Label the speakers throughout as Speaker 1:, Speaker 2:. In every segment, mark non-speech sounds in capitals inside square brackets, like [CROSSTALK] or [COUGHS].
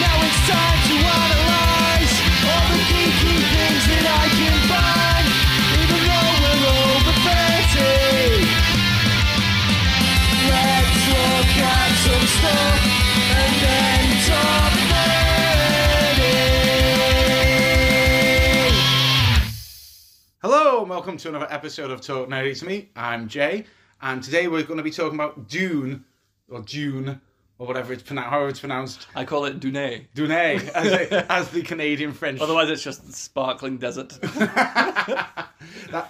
Speaker 1: time to analyze all the geeky things that I can find, even though we're over 30. Let's look at some stuff and then top 30.
Speaker 2: Hello and welcome to another episode of Talk Nerdy to Me. I'm Jay, and today we're going to be talking about Dune, or Dune, or whatever it's pronounced, however it's pronounced,
Speaker 3: I call it Dune.
Speaker 2: Dune, [LAUGHS] as, it- as the Canadian French.
Speaker 3: Otherwise, it's just sparkling
Speaker 2: [LAUGHS]
Speaker 3: desert.
Speaker 2: that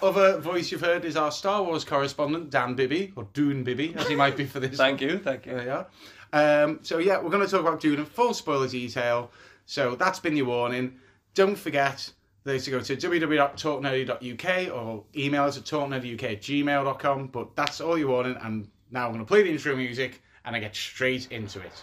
Speaker 2: other voice you've heard is our Star Wars correspondent Dan Bibby, or Dune Bibby, as he might be for this.
Speaker 3: thank you, thank you.
Speaker 2: There you are. Um, so yeah, we're going to talk about Dune in full spoiler detail. So that's been your warning. Don't forget that to go to www.talknerdy.uk or email us at talknerdyuk at gmail.com. But that's all your warning. And now I'm going to play the intro music and I get straight into it.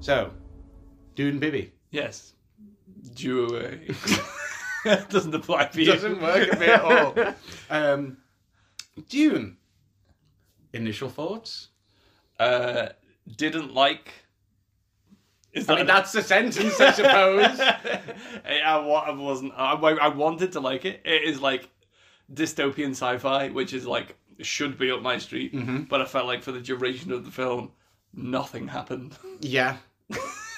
Speaker 2: So, Dune Bibby.
Speaker 3: Yes. Dune. [LAUGHS] Doesn't apply for you.
Speaker 2: Doesn't work at me at all. Um, Dune. Initial thoughts?
Speaker 3: Uh, didn't like. Is
Speaker 2: I mean, that's the sentence, I
Speaker 3: [LAUGHS]
Speaker 2: suppose.
Speaker 3: I, I, wa- I wasn't. I, I wanted to like it. It is like dystopian sci-fi, which is like should be up my street. But I felt like for the duration of the film, nothing happened.
Speaker 2: yeah.
Speaker 3: [LAUGHS]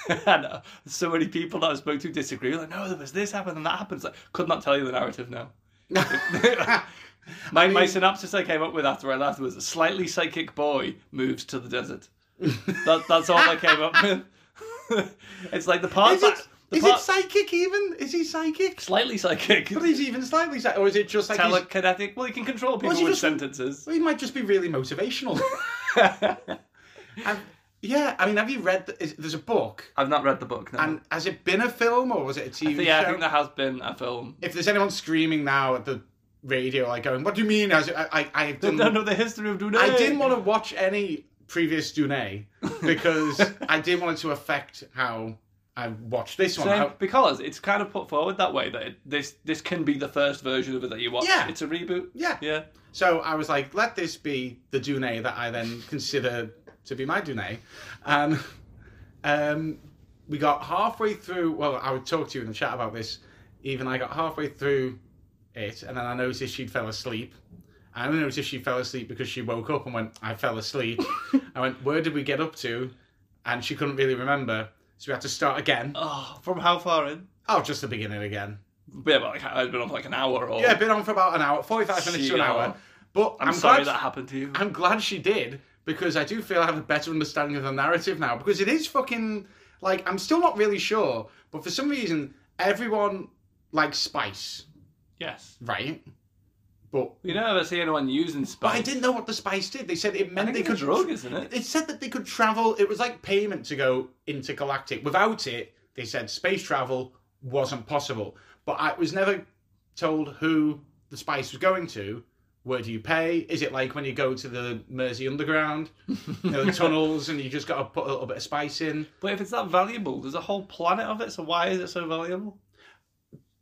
Speaker 3: and uh, so many people that I spoke to disagree. Like, no, there was this happened and that happened. It's Like, could not tell you the
Speaker 2: [LAUGHS]
Speaker 3: narrative now. My, my synopsis I came up with after I left was a slightly psychic boy moves to
Speaker 2: [LAUGHS]
Speaker 3: the desert. that, that's all I came up with. [LAUGHS] it's like the part
Speaker 2: Is it,
Speaker 3: that the
Speaker 2: is
Speaker 3: part
Speaker 2: it psychic even? Is he psychic?
Speaker 3: slightly psychic,
Speaker 2: But he's even slightly psychic. Or is it just like he's-
Speaker 3: telekinetic. Well, he can control people
Speaker 2: Was he
Speaker 3: with
Speaker 2: just-
Speaker 3: sentences.
Speaker 2: he might just be really
Speaker 3: [LAUGHS]
Speaker 2: motivational. Um, yeah, I mean, have you read... The, is, there's a book.
Speaker 3: I've not read the book. No.
Speaker 2: And has it been a film or was it a TV
Speaker 3: yeah, I
Speaker 2: show?
Speaker 3: think there has been a
Speaker 2: [LAUGHS]
Speaker 3: film.
Speaker 2: If there's anyone screaming now at the radio, like going, what do you mean? Has it, I, I, I, didn't,
Speaker 3: No, no, the history of Dune.
Speaker 2: I didn't want to watch any previous
Speaker 3: [LAUGHS]
Speaker 2: Dune because I didn't want it to affect how I watched this one.
Speaker 3: Same,
Speaker 2: How-
Speaker 3: because it's kind of put forward that way that it, this this can be the first version of it that you watch.
Speaker 2: Yeah.
Speaker 3: It's a reboot.
Speaker 2: yeah.
Speaker 3: Yeah.
Speaker 2: So I was like, let this be the Dune that I then consider to be my Dune. And um, we got halfway through, well, I would talk to you in the chat about this. Even I got halfway through it, and then I noticed she fell asleep. I only noticed she fell asleep because she woke up and went, I fell
Speaker 3: [LAUGHS]
Speaker 2: asleep. I went, where did we get up to? And she couldn't really remember. So we had to start again.
Speaker 3: Oh, from how far in?
Speaker 2: Oh, just the beginning again.
Speaker 3: Yeah, but like, I'd been on for like an hour or.
Speaker 2: Yeah, been on for about an hour, 45 minutes to an
Speaker 3: Gee,
Speaker 2: hour.
Speaker 3: oh.
Speaker 2: But
Speaker 3: I'm,
Speaker 2: I'm,
Speaker 3: sorry
Speaker 2: glad
Speaker 3: that happened to you.
Speaker 2: I'm glad she did because I do feel I have a better understanding of the narrative now because it is fucking like I'm still not really sure, but for some reason everyone likes spice,
Speaker 3: Yes.
Speaker 2: right? But
Speaker 3: You don't ever see anyone using
Speaker 2: but
Speaker 3: spice.
Speaker 2: I didn't know what the spice did. They said it
Speaker 3: I
Speaker 2: meant
Speaker 3: think
Speaker 2: they
Speaker 3: it's
Speaker 2: could
Speaker 3: a drug, isn't it?
Speaker 2: It said that they could travel. It was like payment to go intergalactic. Without it, they said space travel wasn't possible. But I was never told who the spice was going to. Where do you pay? Is it like when you go to the Mersey Underground, you know, the
Speaker 3: [LAUGHS]
Speaker 2: tunnels, and you just got to put a little bit of spice in
Speaker 3: But if it's that valuable, there's a whole planet of it. So why is it so valuable?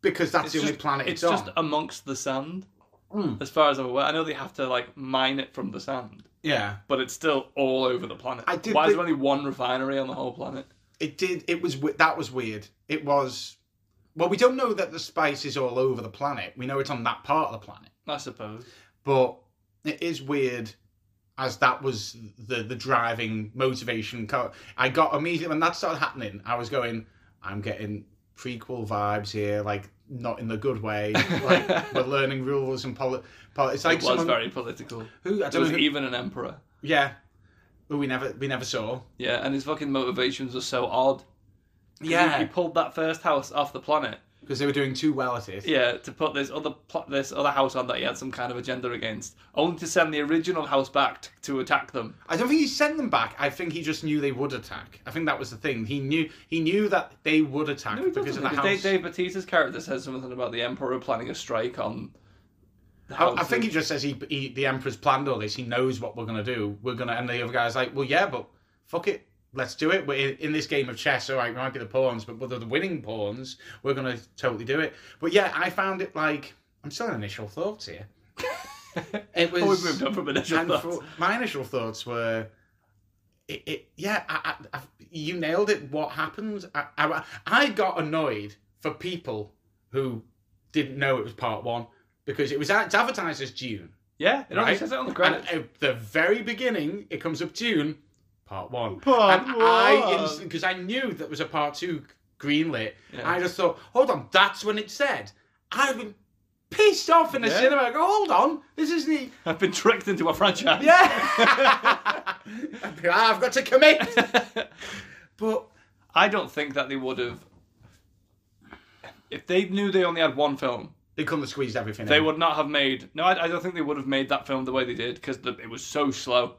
Speaker 2: because that's the only planet
Speaker 3: It's
Speaker 2: it's,
Speaker 3: just
Speaker 2: on. Hmm.
Speaker 3: amongst the sand. As far as I'm aware, I know they have to like mine it from the sand,
Speaker 2: yeah,
Speaker 3: but it's still all over the planet.
Speaker 2: I did
Speaker 3: Why is
Speaker 2: thi-
Speaker 3: there only one refinery on the whole planet?
Speaker 2: it did. It was we- that was weird. It was. Well, we don't know that the spice is all over the planet. We know it's on that part of the planet.
Speaker 3: I suppose.
Speaker 2: but it is weird as that was the the driving motivation co- i got immediately when that started happening i was going i'm getting prequel vibes here like not in the good way
Speaker 3: [LAUGHS]
Speaker 2: like we're learning rules and poli- poli- it's like
Speaker 3: It was
Speaker 2: someone
Speaker 3: very political.
Speaker 2: who i
Speaker 3: There
Speaker 2: don't know
Speaker 3: was
Speaker 2: who,
Speaker 3: even an emperor.
Speaker 2: yeah who we never we never saw
Speaker 3: Yeah, and his fucking motivations are so odd. 'Cause he- he, pulled that first house off the planet.
Speaker 2: because they were doing too well at it
Speaker 3: Yeah, to put this other pl- this other house on that he had some kind of agenda against, only to send the original house back t- to attack them.
Speaker 2: I don't think he sent them back. I think he just knew they would attack. I think that was the thing. He knew he knew that they would attack because of the house.
Speaker 3: Dave, Dave Bautista's character says something about the emperor planning a strike on
Speaker 2: I, I think he just says he, he the emperor's planned all this. He knows what we're gonna do. We're gonna, and the other guy's like, well, yeah, but fuck it, let's do it. We're in, in this game of chess. All right, we might be the pawns, but we're the winning pawns. We're gonna totally do it. But yeah, I found it like I'm still in initial thoughts here. [LAUGHS] It was.
Speaker 3: Oh, we've moved on from initial
Speaker 2: And
Speaker 3: thoughts.
Speaker 2: for- my initial thoughts were, it, it yeah, I, I, I, you nailed it. What happened? I, I, I got annoyed for people who didn't know it was part one because it was it's advertised as June.
Speaker 3: Yeah, it only
Speaker 2: Right.
Speaker 3: says it on the
Speaker 2: And
Speaker 3: credits.
Speaker 2: at the very beginning, it comes up June, part one.
Speaker 3: Part
Speaker 2: and I,
Speaker 3: one.
Speaker 2: because I knew that was a part two greenlit,
Speaker 3: Yeah.
Speaker 2: I just thought, hold on, that's when it said. I've been pissed off in the
Speaker 3: Yeah.
Speaker 2: cinema. I go, hold on, this isn't it.
Speaker 3: I've been tricked into a franchise.
Speaker 2: [LAUGHS] Yeah. Ah, I've got to commit.
Speaker 3: [LAUGHS]
Speaker 2: But
Speaker 3: I don't think that they would have. If they knew they only had one film,
Speaker 2: they couldn't have squeezed everything
Speaker 3: they
Speaker 2: in.
Speaker 3: would not have made. No, I, I don't think they would have made that film the way they did because the, it was so slow.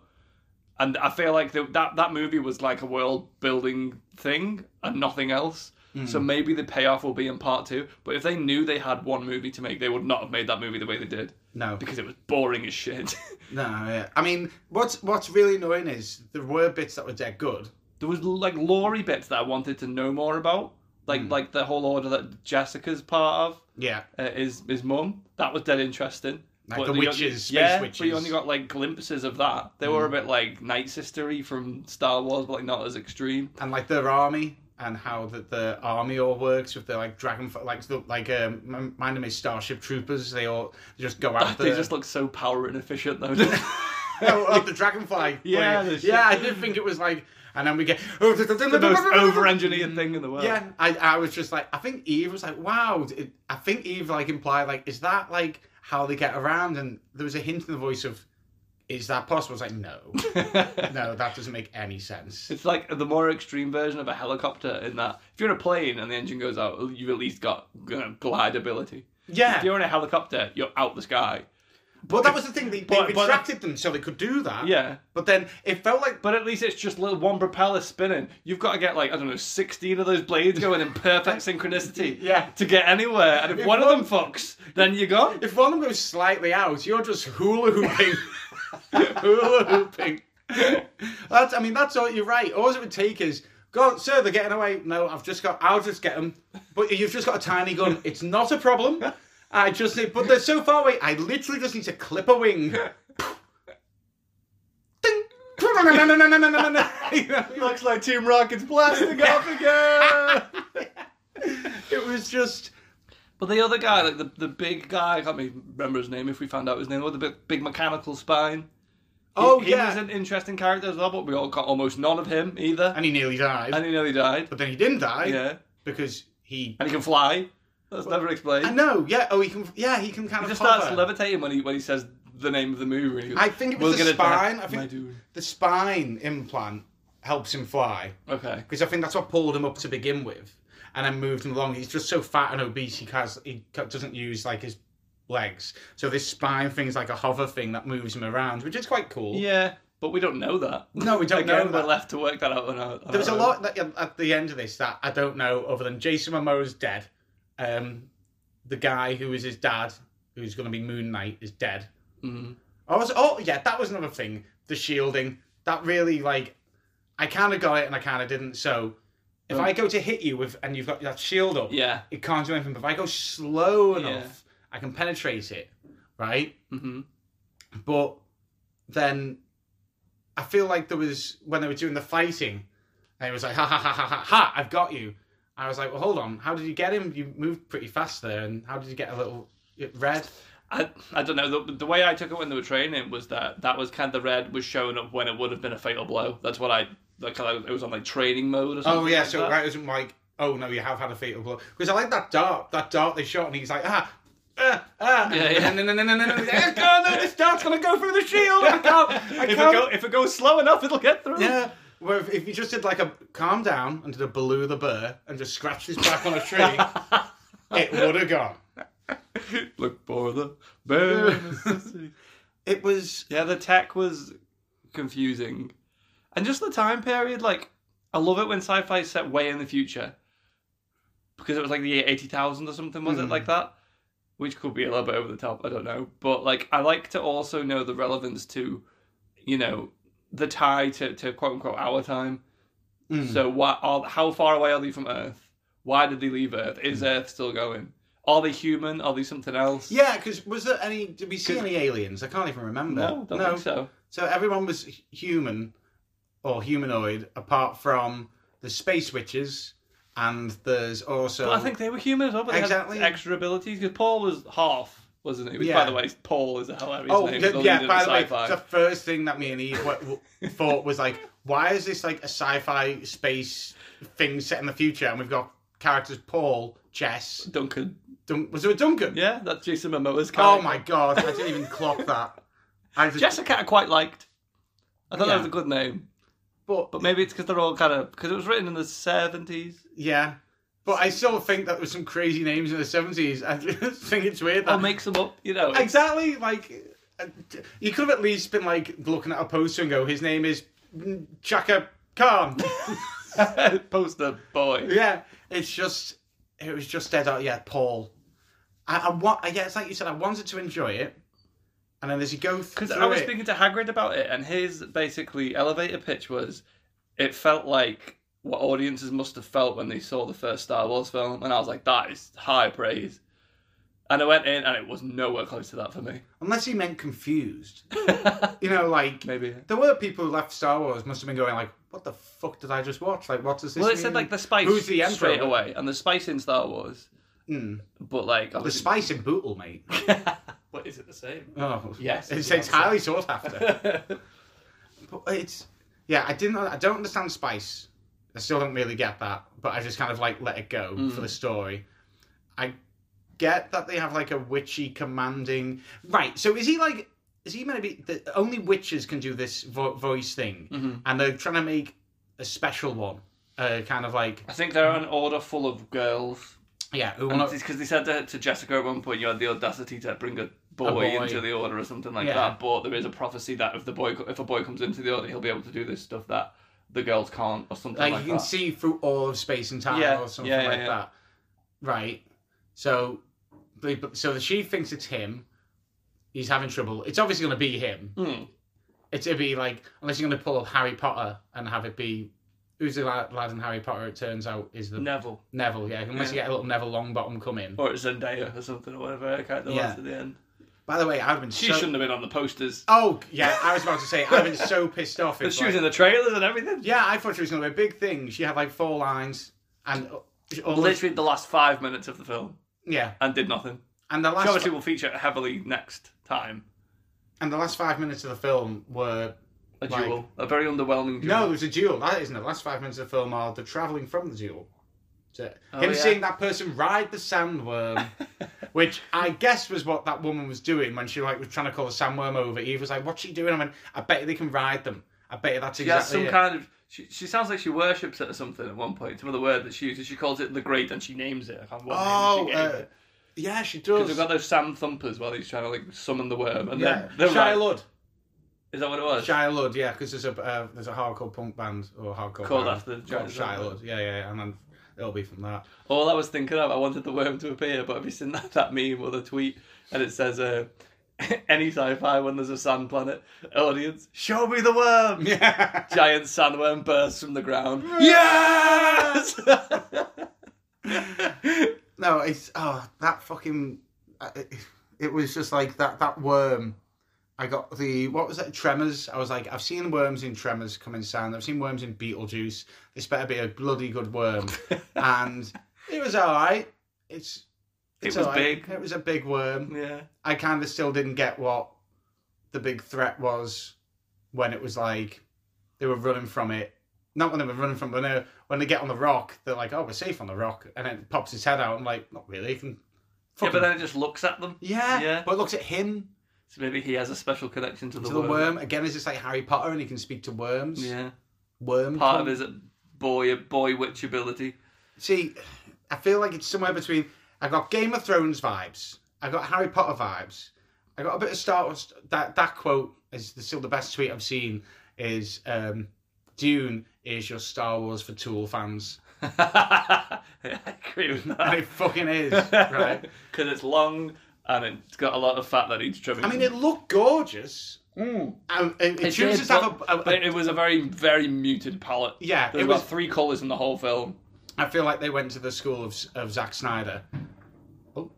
Speaker 3: And I feel like the, that that movie was like a world building thing and nothing else. So maybe the payoff will be in part two. But if they knew they had one movie to make, they would not have made that movie the way they did
Speaker 2: No,
Speaker 3: because it was boring as shit.
Speaker 2: [LAUGHS]
Speaker 3: [LAUGHS]
Speaker 2: no. Yeah. I mean, what's what's really annoying is there were bits that were dead good.
Speaker 3: there was like Laurie bits that I wanted to know more about, like like the whole order that Jessica's part of.
Speaker 2: Yeah,
Speaker 3: uh, his his mum. That was dead interesting.
Speaker 2: Like the
Speaker 3: we-
Speaker 2: witches, space
Speaker 3: yeah, but
Speaker 2: witches. Mm.
Speaker 3: you only got like glimpses of that. They were a bit like Night Sistery from Star Wars, but like not as extreme.
Speaker 2: and like their army and how that the army all works with the like dragon like the, like um, m- mind me Starship Troopers. They all just
Speaker 3: [LAUGHS]
Speaker 2: go out.
Speaker 3: They
Speaker 2: [LAUGHS]
Speaker 3: just look so power inefficient though. didn't they?
Speaker 2: oh, oh, the dragonfly.
Speaker 3: [LAUGHS] Yeah, the
Speaker 2: yeah.
Speaker 3: shit.
Speaker 2: yeah I did think it was like, and then we get [LAUGHS] oh,
Speaker 3: [LAUGHS] the most [LAUGHS] over-engineered thing in the world.
Speaker 2: Mm. Yeah, I, I was just like, I think Eve was like, wow. It, I think Eve like implied like, is that like how they get around? And there was a hint in the voice of, is that possible? I was like,
Speaker 3: [LAUGHS]
Speaker 2: no, no, that doesn't make any sense.
Speaker 3: It's like the more extreme version of a helicopter in that if you're in a plane and the engine goes out, you've at least got you know, glide ability. If
Speaker 2: Yeah,
Speaker 3: you're in a helicopter, you're out the sky.
Speaker 2: but that was the thing. They, they
Speaker 3: But- but-
Speaker 2: retracted them so they could do that.
Speaker 3: Yeah.
Speaker 2: but then it felt like.
Speaker 3: But at least it's just little one propeller spinning. You've got to get like I don't know, sixteen of those blades going in [LAUGHS] perfect synchronicity.
Speaker 2: Yeah.
Speaker 3: To get anywhere, and if,
Speaker 2: If
Speaker 3: one,
Speaker 2: one-
Speaker 3: of them fucks, then you're [LAUGHS] gone.
Speaker 2: If one of them goes slightly out, you're just hula hooping. [LAUGHS] hula hooping. That's, I mean, that's all you're right. All it would take is, go on, sir, they're getting away. No, I've just got, I'll just get them. But you've just got a tiny gun. It's not a problem. I just need, but they're so far away, I literally just need to clip a wing. Ding. [LAUGHS]
Speaker 3: Looks like Team Rocket's [LAUGHS] blasting off again.
Speaker 2: [LAUGHS] it was just,
Speaker 3: But the other guy, like the, the big guy, I can't even remember his name if we found out his name, or the big, big mechanical spine.
Speaker 2: oh,
Speaker 3: he,
Speaker 2: yeah.
Speaker 3: He was an interesting character as well, but we all got almost none of him either.
Speaker 2: and he nearly died.
Speaker 3: And he nearly died.
Speaker 2: but then he didn't die
Speaker 3: Yeah.
Speaker 2: because he
Speaker 3: And he can fly. That's never explained.
Speaker 2: I know, yeah. Oh, he can. Yeah, he can kind
Speaker 3: He
Speaker 2: of.
Speaker 3: just
Speaker 2: hover.
Speaker 3: starts levitating when he when he says the name of the movie. and he goes,
Speaker 2: I think it was
Speaker 3: "We're
Speaker 2: the
Speaker 3: gonna die."
Speaker 2: spine. I
Speaker 3: Am
Speaker 2: think
Speaker 3: doing-
Speaker 2: the spine implant helps him fly
Speaker 3: Okay.
Speaker 2: because I think that's what pulled him up to begin with, and then moved him along. He's just so fat and obese, he has he ca- doesn't use like his legs. So this spine thing is like a hover thing that moves him around, which is quite cool.
Speaker 3: Yeah, but we don't know that.
Speaker 2: No, we don't
Speaker 3: [LAUGHS] Again,
Speaker 2: know
Speaker 3: we're
Speaker 2: that.
Speaker 3: left to work that out. On our, on
Speaker 2: There was a
Speaker 3: our own.
Speaker 2: lot that, at the end of this that I don't know, other than Jason Momoa's dead. Um, the guy who is his dad, who's going to be Moon Knight, is dead.
Speaker 3: Mhm.
Speaker 2: I was oh yeah, that was another thing. The shielding that really like I kind of got it and I kind of didn't. So if I go to hit you with and you've got that shield up,
Speaker 3: Oh. Yeah.
Speaker 2: it can't do anything. But if I go slow
Speaker 3: Yeah.
Speaker 2: enough, I can penetrate it, right?
Speaker 3: hmm
Speaker 2: But then I feel like there was when they were doing the fighting, and it was like ha ha ha ha ha ha, I've got you. I was like, well, hold on, how did you get him? You moved pretty fast there, and how did you get a little red?
Speaker 3: I, I don't know. The, the way I took it when they were training was that that was kind of the red was showing up when it would have been a fatal blow. That's what I like. I, it was on like training mode or something.
Speaker 2: Oh yeah,
Speaker 3: like
Speaker 2: so
Speaker 3: that.
Speaker 2: that isn't like, oh no, you have had a fatal blow. Because I like that dart, that dart they shot, and he's like, ah, ah, ah.
Speaker 3: Yeah,
Speaker 2: and
Speaker 3: yeah.
Speaker 2: then- and then- and then- and then- God, no, this dart's gonna go through the shield. I can't. [LAUGHS] I
Speaker 3: if, it
Speaker 2: can't.
Speaker 3: go, if it goes slow enough, it'll get through.
Speaker 2: yeah. Where if, if you just did like a calm down and did a blue the burr and just scratched his back on a [LAUGHS] tree, it would have gone.
Speaker 3: Look for the bear. [LAUGHS]
Speaker 2: It was
Speaker 3: Yeah, the tech was confusing. And just the time period, like, I love it when sci fi is set way in the future. Because it was like the year 80,000 or something, was it like that? which could be a little bit over the top. I don't know, but like I like to also know the relevance to, you know, the tie to, to quote unquote our time. So why are how far away are they from Earth? Why did they leave Earth? Is Earth still going? Are they human? Are they something else?
Speaker 2: Yeah, because was there any? Did we see any aliens? I can't even remember.
Speaker 3: No, don't think so.
Speaker 2: So everyone was h- human or humanoid, apart from the space witches, and there's also.
Speaker 3: But I think they were human as well, but they
Speaker 2: Exactly.
Speaker 3: had extra abilities. Because Paul was half, wasn't he? Which,
Speaker 2: Yeah.
Speaker 3: by the way, Paul is a hilarious
Speaker 2: Oh
Speaker 3: name.
Speaker 2: yeah,
Speaker 3: the
Speaker 2: yeah,
Speaker 3: leader
Speaker 2: by
Speaker 3: of
Speaker 2: the way,
Speaker 3: sci-fi.
Speaker 2: the first thing that me and Eve w- w- thought was like, why is this like a sci-fi space thing set in the future? And we've got characters Paul, Jess.
Speaker 3: Duncan.
Speaker 2: Dun- was there a Duncan?
Speaker 3: Yeah, that's Jason Momoa's character.
Speaker 2: Oh my god, I didn't even clock that. I just,
Speaker 3: Jessica I quite liked. I thought
Speaker 2: Yeah.
Speaker 3: that was a good name,
Speaker 2: but,
Speaker 3: but maybe it's because they're all kind of because it was written in the seventies.
Speaker 2: yeah, but I still think that was some crazy names in the seventies. I just think it's weird. That,
Speaker 3: I'll make some up, you know. it's-
Speaker 2: exactly like uh, you could have at least been like looking at a poster and go, his name is Chaka Khan.
Speaker 3: [LAUGHS] Poster boy.
Speaker 2: Yeah, it's just it was just dead out. Yeah, Paul. I, I want. Yeah, it's like you said. I wanted to enjoy it, and then as you go through
Speaker 3: Because I was
Speaker 2: it,
Speaker 3: speaking to Hagrid about it, and his basically elevator pitch was, it felt like what audiences must have felt when they saw the first Star Wars film, and I was like, that is high praise. And I went in, and it was nowhere close to that for me.
Speaker 2: unless he meant
Speaker 3: [LAUGHS]
Speaker 2: confused, you know, like
Speaker 3: Maybe.
Speaker 2: there were people who left Star Wars must have been going like, "What the fuck did I just watch? Like, what does this?"
Speaker 3: Well, it
Speaker 2: mean?
Speaker 3: said like the spice
Speaker 2: Who's the emperor? Hmm.
Speaker 3: straight away, and the spice in Star Wars. But like,
Speaker 2: The
Speaker 3: obviously,
Speaker 2: spice in Bootle, mate.
Speaker 3: but is it
Speaker 2: [LAUGHS]
Speaker 3: the same?
Speaker 2: Oh,
Speaker 3: Yes,
Speaker 2: it's,
Speaker 3: yeah,
Speaker 2: it's highly sought after. but it's yeah, I didn't. I don't understand spice. I still don't really get that. But I just kind of like let it go for the story. I get that they have like a witchy commanding right. So is he like? Is he meant to be? The, only witches can do this vo- voice thing, and they're trying to make a special one. Uh, kind of like
Speaker 3: I think they're an order full of girls.
Speaker 2: yeah, who
Speaker 3: And
Speaker 2: want
Speaker 3: because they said to, to Jessica at one point, you had the audacity to bring a boy,
Speaker 2: boy.
Speaker 3: into the order or something like
Speaker 2: Yeah.
Speaker 3: that. But there is a prophecy that if the boy, co- if a boy comes into the order, he'll be able to do this stuff that the girls can't, or something
Speaker 2: like,
Speaker 3: like,
Speaker 2: you can
Speaker 3: that.
Speaker 2: see through all of space and time
Speaker 3: Oh Yeah,
Speaker 2: or something
Speaker 3: yeah, yeah,
Speaker 2: like
Speaker 3: yeah.
Speaker 2: that. Right. So, they- but- so she thinks it's him. He's having trouble. It's obviously going to be him.
Speaker 3: Hmm.
Speaker 2: It's it'd be like unless you're going to pull up Harry Potter and have it be who's the lad, lad in Harry Potter? It turns out is the
Speaker 3: Neville
Speaker 2: Neville. Yeah, unless you get a little Neville Longbottom come in.
Speaker 3: or it's Zendaya or something or whatever. I can't
Speaker 2: Yeah.
Speaker 3: yeah. at the end.
Speaker 2: By the way, I've been
Speaker 3: She
Speaker 2: so.
Speaker 3: shouldn't have been on the posters.
Speaker 2: Oh yeah, I was about to say I've been so pissed off. It's
Speaker 3: She was
Speaker 2: like-
Speaker 3: in [LAUGHS] the trailers and everything.
Speaker 2: yeah, I thought she was going to be a big thing. She had like four lines and all this,
Speaker 3: Literally the last five minutes of the film
Speaker 2: yeah,
Speaker 3: and did nothing.
Speaker 2: and the last
Speaker 3: She obviously will feature heavily next time.
Speaker 2: And the last five minutes of the film were
Speaker 3: A
Speaker 2: Like-
Speaker 3: duel, a very underwhelming duel.
Speaker 2: no, it was a duel. That isn't it. The last five minutes of the film are the traveling from the duel. So, him
Speaker 3: Oh, yeah.
Speaker 2: seeing that person ride the
Speaker 3: [LAUGHS]
Speaker 2: sandworm, which I guess was what that woman was doing when she like was trying to call the sandworm over. Eve was like, "What's she doing?" I went, "I bet you they can ride them. I bet you that's
Speaker 3: She has
Speaker 2: exactly
Speaker 3: some
Speaker 2: it."
Speaker 3: kind of. She, she sounds like she worships it or something at one point. Some other word that she uses. She calls it the great and she names it. I can't remember what name
Speaker 2: oh,
Speaker 3: she gave
Speaker 2: uh,
Speaker 3: it.
Speaker 2: yeah, she
Speaker 3: Because
Speaker 2: does.
Speaker 3: we've got those Sam thumpers while he's trying to like summon the worm. And
Speaker 2: yeah,
Speaker 3: yeah. then,
Speaker 2: Shia
Speaker 3: then right-
Speaker 2: Lud.
Speaker 3: Is that what it was?
Speaker 2: Shia Lud, yeah, because there's a uh, there's a hardcore punk band or hardcore
Speaker 3: Called
Speaker 2: band
Speaker 3: after the
Speaker 2: called
Speaker 3: Shia
Speaker 2: Shia
Speaker 3: Lud.
Speaker 2: Lud. Yeah, yeah, yeah, and then it'll be from that.
Speaker 3: All I was thinking of, I wanted the worm to appear, but have you seen [LAUGHS] that, that meme or the tweet? And it says, uh, [LAUGHS] any sci fi when there's a sand planet, audience, show me
Speaker 2: [LAUGHS]
Speaker 3: the worm! [LAUGHS]
Speaker 2: Yeah.
Speaker 3: Giant sandworm bursts from
Speaker 2: [LAUGHS]
Speaker 3: the ground. yes! [LAUGHS]
Speaker 2: No, it's oh that fucking. uh, It, it was just like that that worm. I got the what was that Tremors? I was like, I've seen worms in Tremors come in sand. I've seen worms in Beetlejuice. This better be a bloody good
Speaker 3: [LAUGHS]
Speaker 2: worm. and it was all right. It's, it's
Speaker 3: It was
Speaker 2: all right.
Speaker 3: big.
Speaker 2: It was a big worm.
Speaker 3: yeah.
Speaker 2: I kind of still didn't get what the big threat was when it was like they were running from it. Not when they were running from, when they when they get on the rock, they're like, "Oh, we're safe on the rock," and then pops his head out. I'm like, "Not really." He can
Speaker 3: Yeah,
Speaker 2: fucking-
Speaker 3: but then it just looks at them.
Speaker 2: yeah,
Speaker 3: Yeah.
Speaker 2: But it looks at him
Speaker 3: So maybe he has a special connection to the,
Speaker 2: to the
Speaker 3: worm.
Speaker 2: worm again. It's just like Harry Potter, and he can speak to worms.
Speaker 3: Yeah.
Speaker 2: Worm
Speaker 3: Part
Speaker 2: cunt.
Speaker 3: of his boy boy witch ability. [LAUGHS]
Speaker 2: See, I feel like it's somewhere between. I got Game of Thrones vibes. I got Harry Potter vibes. I got a bit of Star Wars. That that quote is the, still the best tweet I've seen. Is um, Dune is your Star Wars for Tool fans? [LAUGHS]
Speaker 3: I agree with
Speaker 2: And
Speaker 3: that.
Speaker 2: it fucking is, right?
Speaker 3: Because it's long and it's got a lot of fat that needs trimming.
Speaker 2: I mean, it looked gorgeous. Um, it, it
Speaker 3: It
Speaker 2: chooses
Speaker 3: did,
Speaker 2: to have
Speaker 3: but-
Speaker 2: a- a-
Speaker 3: but
Speaker 2: a-
Speaker 3: it was a very, very muted palette.
Speaker 2: Yeah,
Speaker 3: there
Speaker 2: it
Speaker 3: was
Speaker 2: was-
Speaker 3: three colors in the whole film.
Speaker 2: I feel like they went to the school of of Zack Snyder. Oh,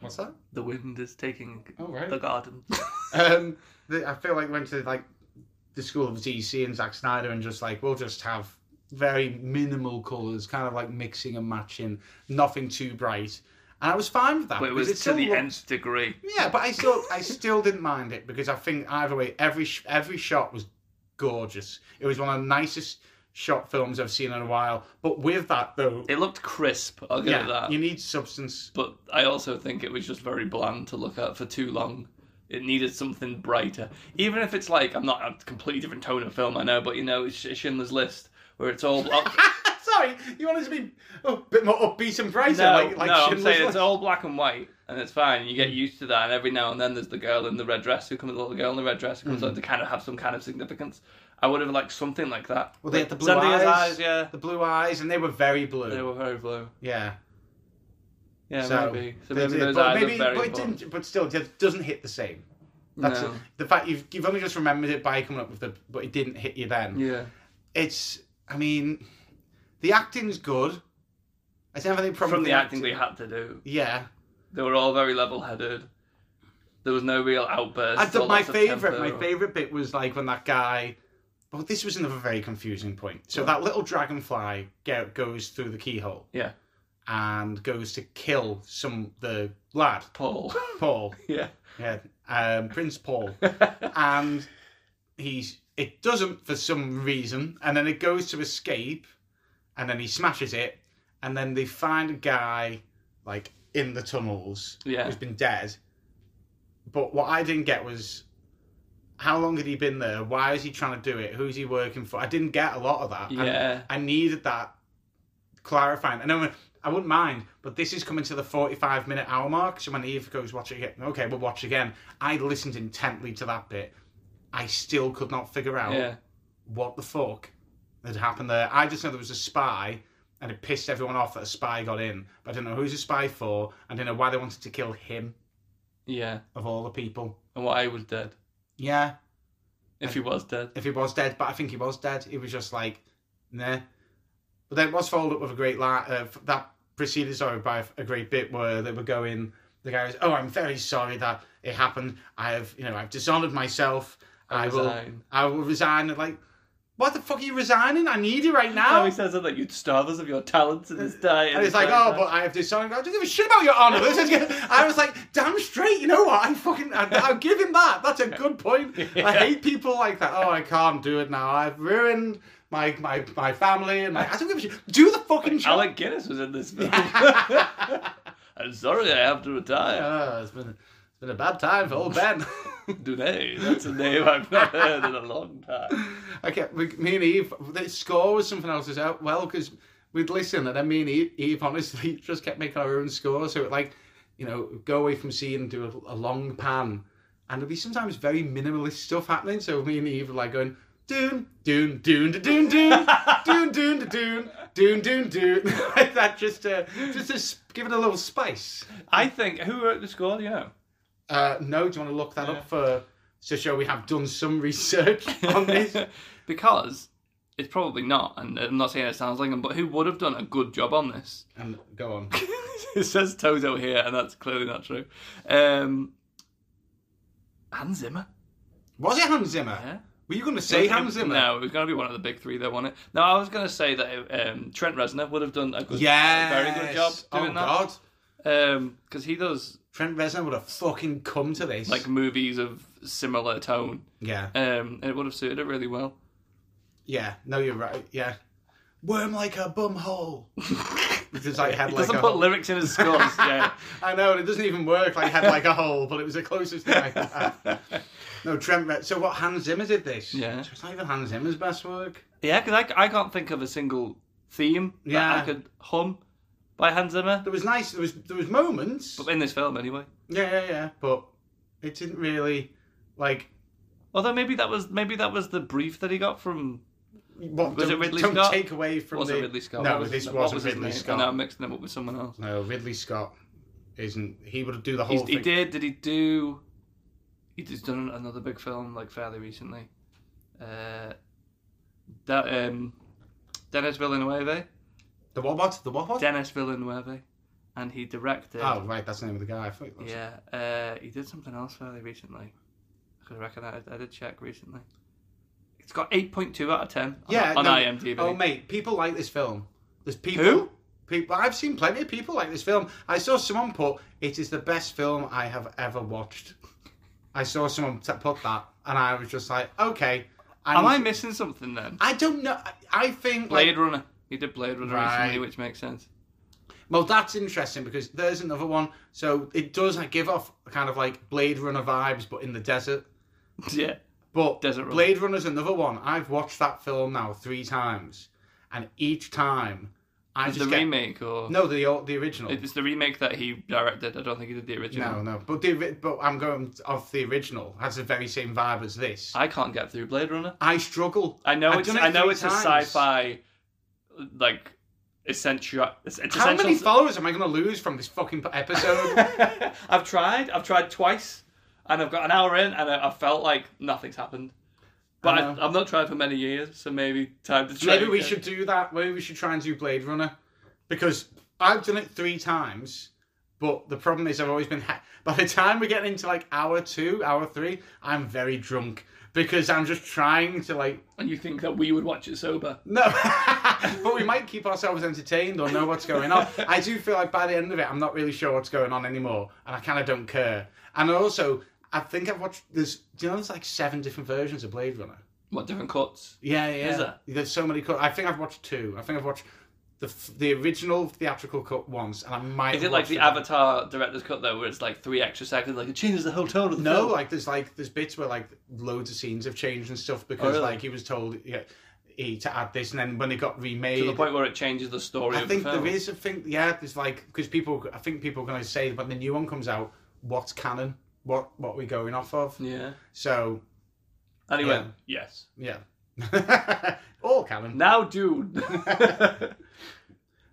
Speaker 2: what's that?
Speaker 3: The wind is taking
Speaker 2: Oh, right.
Speaker 3: the garden.
Speaker 2: Um, the, I feel like went to like the school of DC and Zack Snyder and just like we'll just have very minimal colors, kind of like mixing and matching, nothing too bright. And I was fine with that.
Speaker 3: but it
Speaker 2: because
Speaker 3: was to
Speaker 2: still
Speaker 3: the
Speaker 2: looked-
Speaker 3: nth degree.
Speaker 2: Yeah, but I still I still didn't mind it because I think either way every sh- every shot was gorgeous. It was one of the nicest shot films I've seen in a while. But with that though,
Speaker 3: It looked crisp. I'll give it
Speaker 2: yeah,
Speaker 3: that.
Speaker 2: you need substance. [LAUGHS]
Speaker 3: but I also think it was just very bland to look at for too long. It needed something brighter, even if it's like I'm not a completely different tone of film. I know, but you know, it's Schindler's List, where it's all
Speaker 2: [LAUGHS]
Speaker 3: black.
Speaker 2: Sorry, you wanted to be a bit more upbeat and brighter,
Speaker 3: no,
Speaker 2: like like
Speaker 3: no, I'm
Speaker 2: Schindler's
Speaker 3: saying
Speaker 2: List.
Speaker 3: it's all black and white, and it's fine. You get used to that, and every now and then there's the girl in the red dress who comes, the little girl in the red dress who comes on to kind of have some kind of significance. I would have liked something like that.
Speaker 2: Well, they had the blue
Speaker 3: Zendaya's
Speaker 2: eyes,
Speaker 3: yeah,
Speaker 2: the blue eyes, and they were very blue.
Speaker 3: they were very blue.
Speaker 2: Yeah,
Speaker 3: Yeah,
Speaker 2: so
Speaker 3: maybe. So
Speaker 2: they
Speaker 3: maybe
Speaker 2: did,
Speaker 3: those
Speaker 2: but
Speaker 3: eyes
Speaker 2: maybe,
Speaker 3: are very
Speaker 2: but it
Speaker 3: important.
Speaker 2: didn't, but still, it doesn't hit the same. That's
Speaker 3: No.
Speaker 2: the fact you've you've only just remembered it by coming up with the, but it didn't hit you then.
Speaker 3: Yeah.
Speaker 2: It's, I mean, the acting's good. I don't have anything problem
Speaker 3: From
Speaker 2: with
Speaker 3: the acting they had to do.
Speaker 2: Yeah,
Speaker 3: They were all very level-headed. There was no real outburst.
Speaker 2: I thought my favorite, my favorite bit was like when that guy. Well, this was another very confusing point. So that little dragonfly go- goes through the keyhole
Speaker 3: Yeah,
Speaker 2: and goes to kill some the lad
Speaker 3: Paul. [LAUGHS]
Speaker 2: Paul,
Speaker 3: yeah,
Speaker 2: yeah, um, Prince Paul, and he's it doesn't for some reason, and then it goes to escape, and then he smashes it, and then they find a guy like in the tunnels
Speaker 3: Yeah.
Speaker 2: who's been dead. But what I didn't get was how long had he been there? Why is he trying to do it? Who's he working for? I didn't get a lot of that. and
Speaker 3: Yeah.
Speaker 2: I needed that clarifying. And then when- I wouldn't mind, but this is coming to the 45 minute hour mark. So when Eve goes, watch it again. Okay, we'll watch again. I listened intently to that bit. I still could not figure out
Speaker 3: yeah.
Speaker 2: what the fuck had happened there. I just know there was a spy and it pissed everyone off that a spy got in. But I don't know who's a spy for. I don't know why they wanted to kill him
Speaker 3: Yeah.
Speaker 2: of all the people.
Speaker 3: And why he was dead?
Speaker 2: Yeah,
Speaker 3: If he was dead.
Speaker 2: if he was dead, but I think he was dead. It was just like, nah. But then it was followed up with a great line. Uh, f- that preceded, sorry, by a great bit where they were going. The guy was, "Oh, I'm very sorry that it happened. I have, you know, I've dishonored myself. I,
Speaker 3: I
Speaker 2: will,
Speaker 3: resign."
Speaker 2: I will resign." And like, what the fuck are you resigning? I need you right
Speaker 3: Now
Speaker 2: now.
Speaker 3: he says that you'd starve us of your talents in this day.
Speaker 2: And it's like, oh, but I have dishonored. I don't give a shit about your honor. This is good. I was like, damn straight. You know what? I fucking, I, I'll give him that. That's a good point. I hate people like that. Oh, I can't do it now. I've ruined my my my family and my. I don't give a shit. Do the fucking job.
Speaker 3: Alec Guinness was in this film. [LAUGHS] I'm sorry, I have to retire.
Speaker 2: Oh, it's been it's been a bad time for old Ben.
Speaker 3: Dunay, that's a name I've not heard in a long
Speaker 2: [LAUGHS]
Speaker 3: time.
Speaker 2: okay, we, me and Eve. The score was something else as well because we'd listen and then me and Eve, Eve honestly [LAUGHS] just kept making our own score. So it like, you know, go away from scene and do a, a long pan, and there'd be sometimes very minimalist stuff happening. So me and Eve were like going. Doon, doon, doon, da doon, doon, doon, doon, da doon, doon, doon, doon. [LAUGHS] Like that, just uh, just to s- give it a little spice.
Speaker 3: I think, who wrote the score, do you know?
Speaker 2: Uh, no, do you want to look that up for to show we have done some research [LAUGHS] on
Speaker 3: [LAUGHS]
Speaker 2: this?
Speaker 3: because it's probably not, and I'm not saying it sounds like him, but who would have done a good job on this?
Speaker 2: and go on.
Speaker 3: [LAUGHS] it says Toto here, and that's clearly not true. Um, Hans Zimmer.
Speaker 2: Was it Hans Zimmer?
Speaker 3: Yeah.
Speaker 2: Were you going to say Hans Zimmer?
Speaker 3: No, it was going to be one of the big three that won it. No, I was going to say that um, Trent Reznor would have done a good,
Speaker 2: Yeah.
Speaker 3: a very good job doing
Speaker 2: oh
Speaker 3: that.
Speaker 2: God,
Speaker 3: Because he does
Speaker 2: Trent Reznor would have fucking come to this.
Speaker 3: like movies of similar tone,
Speaker 2: yeah,
Speaker 3: um, and it would have suited it really well. [LAUGHS]
Speaker 2: yeah. No, you're right. Yeah. Worm like a bum hole. Because
Speaker 3: [LAUGHS]
Speaker 2: like head
Speaker 3: He
Speaker 2: like
Speaker 3: doesn't
Speaker 2: a
Speaker 3: put
Speaker 2: hole.
Speaker 3: lyrics in his scores.
Speaker 2: [LAUGHS]
Speaker 3: yeah.
Speaker 2: I know, and it doesn't even work like head like a hole, but it was the closest thing I could have.
Speaker 3: [LAUGHS]
Speaker 2: No, Trent. Re- so what? Hans Zimmer did this.
Speaker 3: Yeah.
Speaker 2: So it's not even Hans Zimmer's best work.
Speaker 3: Yeah, because I, I can't think of a single theme
Speaker 2: Yeah.
Speaker 3: that I could hum by Hans Zimmer
Speaker 2: There was nice. There was there was moments.
Speaker 3: in this film anyway.
Speaker 2: Yeah, yeah, yeah. But it didn't really like.
Speaker 3: Although maybe that was maybe that was the brief that he got from
Speaker 2: What,
Speaker 3: Was
Speaker 2: don't,
Speaker 3: it Ridley
Speaker 2: don't
Speaker 3: Scott?
Speaker 2: take away from
Speaker 3: was
Speaker 2: the
Speaker 3: it Ridley Scott?
Speaker 2: No,
Speaker 3: What was
Speaker 2: this
Speaker 3: his- what
Speaker 2: wasn't
Speaker 3: was his
Speaker 2: Ridley
Speaker 3: name?
Speaker 2: Scott.
Speaker 3: And I'm mixing him up with someone else.
Speaker 2: No, Ridley Scott. isn't. He would do the whole
Speaker 3: He's,
Speaker 2: thing.
Speaker 3: he did. Did he do? He just done another big film like fairly recently. Uh, that um, Dennis Villeneuve.
Speaker 2: The Wobot? The Wobot?
Speaker 3: Dennis Villeneuve, and he directed.
Speaker 2: oh, right, that's the name of the guy. I thought it was.
Speaker 3: Yeah, uh, he did something else fairly recently. I could reckon I, I did check recently. It's got 8.2 out of 10 on,
Speaker 2: Yeah,
Speaker 3: on
Speaker 2: no.
Speaker 3: IMDb.
Speaker 2: Oh, mate, people like this film. There's people.
Speaker 3: Who?
Speaker 2: People. I've seen plenty of people like this film. I saw someone put, "It is the best film I have ever watched." I saw someone t- put that, and I was just like, "Okay." And
Speaker 3: Am I missing something then?
Speaker 2: I don't know. I- I think like,
Speaker 3: Blade Runner. He did Blade Runner
Speaker 2: Right.
Speaker 3: recently, which makes sense. [LAUGHS]
Speaker 2: Well, that's interesting because there's another one. So it does like, give off kind of like Blade Runner vibes, but in the desert.
Speaker 3: yeah.
Speaker 2: But
Speaker 3: Desert Runner.
Speaker 2: Blade Runner's another one. I've watched that film now three times, and each time I
Speaker 3: It's the
Speaker 2: just get
Speaker 3: remake or
Speaker 2: no the o- the original.
Speaker 3: it's the remake that he directed. I don't think he did the original.
Speaker 2: no, no, but the ori- but I'm going off the original. Has the very same vibe as this. I,
Speaker 3: I can't get through Blade Runner.
Speaker 2: struggle.
Speaker 3: I know
Speaker 2: I've
Speaker 3: it's
Speaker 2: done it
Speaker 3: I know
Speaker 2: three
Speaker 3: it's a
Speaker 2: times.
Speaker 3: sci-fi like essential it's, it's
Speaker 2: How
Speaker 3: essential
Speaker 2: many followers am I going to lose from this fucking episode?
Speaker 3: [LAUGHS] I've tried. I've tried twice, and I've got an hour in, and I, I felt like nothing's happened. But
Speaker 2: I
Speaker 3: I
Speaker 2: know.
Speaker 3: I've not tried for many years, so maybe time to try.
Speaker 2: Maybe we
Speaker 3: again.
Speaker 2: should do that. Maybe we should try and do Blade Runner because I've done it three times. But the problem is, I've always been. Ha- By the time we get into like hour two, hour three, I'm very drunk because I'm just trying to like
Speaker 3: And you think that we would watch it sober?
Speaker 2: no. [LAUGHS] but we might keep ourselves entertained or know what's going on. I do feel like by the end of it, I'm not really sure what's going on anymore, and I kind of don't care. And also, I think I've watched. There's, do you know, there's like seven different versions of Blade Runner.
Speaker 3: What different cuts?
Speaker 2: Yeah, yeah.
Speaker 3: Is there?
Speaker 2: There's so many cut. I think I've watched two. I think I've watched the f- the original theatrical cut once, and I might.
Speaker 3: Is
Speaker 2: have
Speaker 3: it like
Speaker 2: watched
Speaker 3: the Avatar director's cut though, where it's like three extra seconds? Like it changes the whole tone of the
Speaker 2: No,
Speaker 3: film.
Speaker 2: like there's like there's bits where like loads of scenes have changed and stuff because
Speaker 3: Oh, really?
Speaker 2: like he was told yeah, he to add this, and then when it got remade,
Speaker 3: to the point where it changes the story.
Speaker 2: I
Speaker 3: of
Speaker 2: think
Speaker 3: the film.
Speaker 2: there is a thing. Yeah, there's like because people. I think people are going to say when the new one comes out, what's canon? What what are we going off of?
Speaker 3: Yeah.
Speaker 2: So
Speaker 3: Anyway,
Speaker 2: Yeah.
Speaker 3: yes.
Speaker 2: yeah, [LAUGHS] all canon.
Speaker 3: Now, dude. [LAUGHS]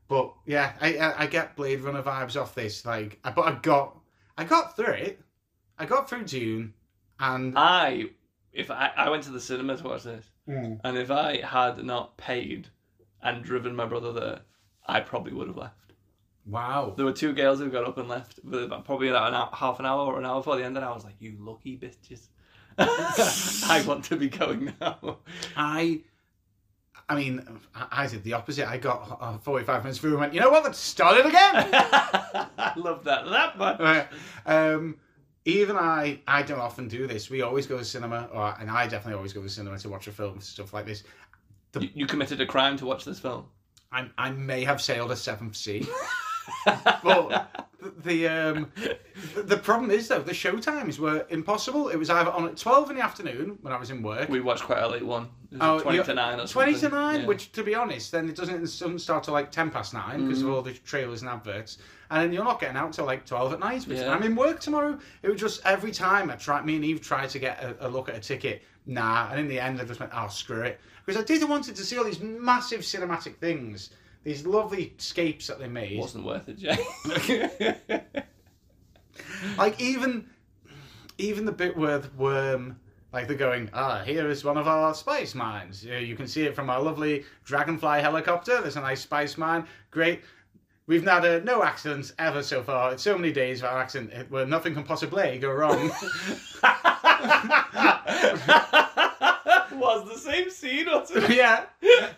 Speaker 2: But yeah, I, I I get Blade Runner vibes off this. Like, I- but I got I got through it. I got through June, and
Speaker 3: Uh, I, if I, I went to the cinema to watch this,
Speaker 2: Mm.
Speaker 3: and if I had not paid and driven my brother there, I probably would have left.
Speaker 2: wow,
Speaker 3: There were two girls who got up and left, with about- probably about an hour, half an hour or an hour before the end, and I was like, "You lucky bitches." [LAUGHS] I want to be going now. [LAUGHS]
Speaker 2: I. I mean, I I did the opposite. I got uh, 45 minutes through and went, you know what, let's start it again. [LAUGHS]
Speaker 3: I love that that much.
Speaker 2: Right. um, even I, I don't often do this. We always go to cinema, or, and I definitely always go to cinema to watch a film and stuff like this.
Speaker 3: You, you committed a crime to watch this film.
Speaker 2: I, I may have sailed a seventh sea, but the the, um, the the problem is though the show times were impossible. It was either on at twelve in the afternoon when I was in work,
Speaker 3: We watched quite a late one. It was
Speaker 2: Oh,
Speaker 3: twenty
Speaker 2: you-
Speaker 3: to nine or something.
Speaker 2: twenty to nine.
Speaker 3: Yeah.
Speaker 2: Which, to be honest, then it doesn't it doesn't start till like ten past nine because
Speaker 3: Mm.
Speaker 2: of all the trailers and adverts, and then you're not getting out till like twelve at night. Which
Speaker 3: Yeah.
Speaker 2: I'm in work tomorrow. It was just every time I tried. Me and Eve tried to get a, a look at a ticket. Nah, and in the end, I just went, oh screw it, because I did wanted to see all these massive cinematic things. These lovely scapes that they made.
Speaker 3: wasn't worth
Speaker 2: [LAUGHS]
Speaker 3: it, Jay.
Speaker 2: like even even the bit where the worm like they're going ah here is one of our spice mines Yeah, you can see it from our lovely dragonfly helicopter there's a nice spice mine great we've not had uh, no accidents ever so far it's so many days without accident it- where nothing can possibly go wrong
Speaker 3: [LAUGHS]
Speaker 2: [LAUGHS]
Speaker 3: was the same scene, wasn't [LAUGHS]
Speaker 2: yeah
Speaker 3: it?